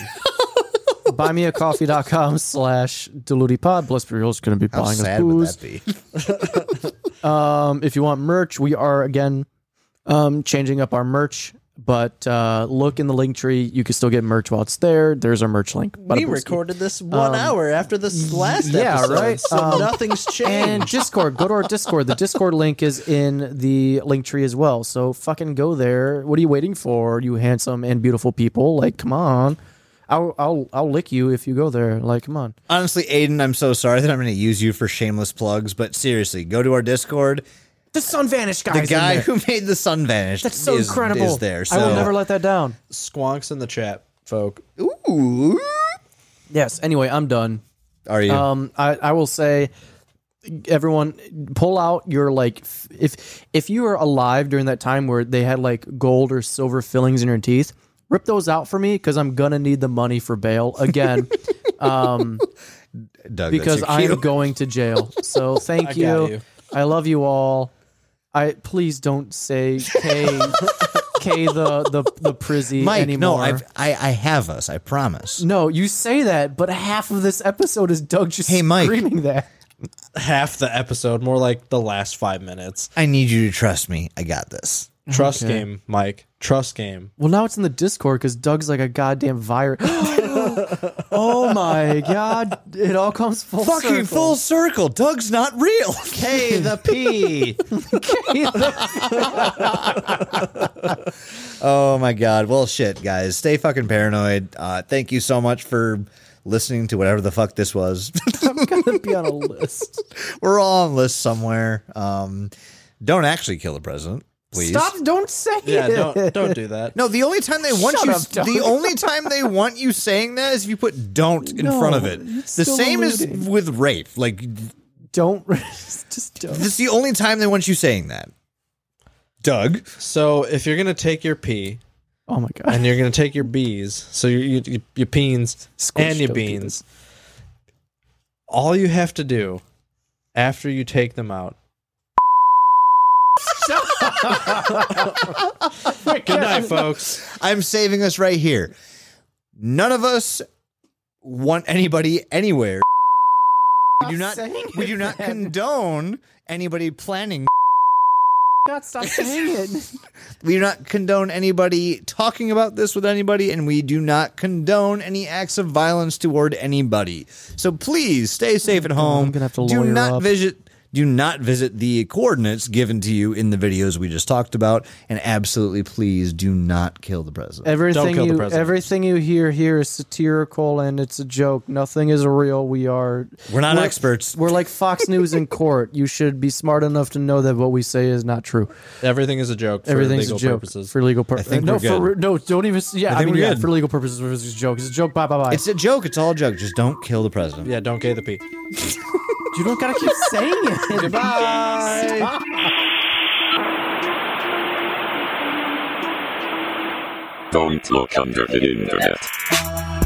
Speaker 4: <laughs>
Speaker 3: buymeacoffee.com slash dilutypod. Bless Beer is going to be
Speaker 2: how
Speaker 3: buying us
Speaker 2: sad would
Speaker 3: booze.
Speaker 2: that be?
Speaker 3: Um, if you want merch, we are again um, changing up our merch. But uh, look in the link tree. You can still get merch while it's there. There's our merch link. Bada boom.
Speaker 4: this one hour after this last
Speaker 3: yeah, episode, right? so Um,
Speaker 4: nothing's changed.
Speaker 3: And Discord, go to our Discord. The Discord link is in the link tree as well. So fucking go there. What are you waiting for, you handsome and beautiful people? Like, come on. I'll I'll I'll lick you if you go there. Like, come on.
Speaker 2: Honestly, Aiden, I'm so sorry that I'm going to use you for shameless plugs, but seriously, go to our Discord.
Speaker 3: The sun vanished, guys.
Speaker 2: The guy who made the sun vanish
Speaker 3: That's so
Speaker 2: is,
Speaker 3: incredible.
Speaker 2: is there. So
Speaker 3: I will never let that down.
Speaker 4: Squonks in the chat, folk.
Speaker 2: Ooh.
Speaker 3: Yes. Anyway, I'm done.
Speaker 2: Are you?
Speaker 3: Um, I, I will say, everyone, pull out your like, f- if if you are alive during that time where they had like gold or silver fillings in your teeth, rip those out for me because I'm gonna need the money for bail
Speaker 2: <laughs>
Speaker 3: again
Speaker 2: Doug,
Speaker 3: because
Speaker 2: that's your
Speaker 3: I'm
Speaker 2: cue.
Speaker 3: going to jail. So
Speaker 2: <laughs>
Speaker 3: thank you.
Speaker 4: got you.
Speaker 3: I love you all. I please don't say K K the the the prizzy
Speaker 2: Mike,
Speaker 3: anymore.
Speaker 2: no, I've, I, I have us. I promise.
Speaker 3: No, you say that, but half of this episode is Doug just
Speaker 2: Hey, Mike.
Speaker 3: screaming that.
Speaker 4: Half the episode, more like the last five minutes.
Speaker 2: I need you to trust me. I got this.
Speaker 4: Trust game, Mike. Trust game.
Speaker 3: Well, now it's in the Discord because Doug's like a goddamn virus. <gasps> oh my god! It all comes full
Speaker 2: Fucking full
Speaker 3: circle.
Speaker 2: circle. Doug's not
Speaker 3: <laughs>
Speaker 2: real. Hey, the P. Oh my god. Well, shit, guys. Stay fucking paranoid. Uh, thank you so much for listening to whatever the fuck this was. <laughs>
Speaker 3: Gonna be on a list.
Speaker 2: We're all on list somewhere. Um, don't actually kill the president, please.
Speaker 3: Stop! Don't say
Speaker 4: Yeah, <laughs>
Speaker 3: it.
Speaker 4: don't don't do that.
Speaker 2: No, the only time they want
Speaker 3: Shut
Speaker 2: you,
Speaker 3: up, Doug.
Speaker 2: the only time they want you saying that is if you put "don't" in front of it.
Speaker 3: it's
Speaker 2: The
Speaker 3: still
Speaker 2: same
Speaker 3: alluding.
Speaker 2: as with rape. Like
Speaker 3: Don't. <laughs> just don't.
Speaker 2: this is the only time they want you saying that. Doug.
Speaker 4: So if you're gonna take your P
Speaker 3: Oh my god.
Speaker 4: and you're gonna take your B's, so your your, your, your peens and
Speaker 3: Squish,
Speaker 4: your
Speaker 3: don't do
Speaker 4: beans, all you have to do after you take them out. Good night, folks.
Speaker 2: <laughs> I'm saving us right here. None of us want anybody anywhere. We do not.
Speaker 3: saying
Speaker 2: We do not condone anybody planning.
Speaker 3: <laughs> God, stop saying it.
Speaker 2: We do not condone anybody talking about this with anybody, and we do not condone any acts of violence toward anybody. So please stay safe at home.
Speaker 3: Oh I'm gonna have to
Speaker 2: do
Speaker 3: lawyer
Speaker 2: not
Speaker 3: up.
Speaker 2: visit. Do not visit the coordinates given to you in the videos we just talked about, and absolutely please do not kill the president.
Speaker 4: Don't
Speaker 3: <laughs> Everything
Speaker 4: kill the
Speaker 3: you
Speaker 4: president.
Speaker 3: everything you hear here is satirical and it's a joke. Nothing is real. We are
Speaker 2: We're not experts.
Speaker 3: We're like Fox News in court. You should be smart enough to know that what we say is not true.
Speaker 4: Everything is a joke. For
Speaker 3: Everything's
Speaker 4: legal
Speaker 3: a joke
Speaker 4: purposes.
Speaker 3: for legal purposes.
Speaker 2: think
Speaker 3: no,
Speaker 2: we're good.
Speaker 3: for no, don't even. Yeah, I,
Speaker 2: think
Speaker 3: mean,
Speaker 2: we're
Speaker 3: yeah,
Speaker 2: good.
Speaker 3: for legal purposes, it's a joke. It's a joke. Bye, bye, bye.
Speaker 2: It's a joke. It's all a joke. Just don't kill the president.
Speaker 4: yeah, don't gay the P.
Speaker 3: you don't gotta keep saying it.
Speaker 4: Goodbye.
Speaker 1: Don't look under the internet.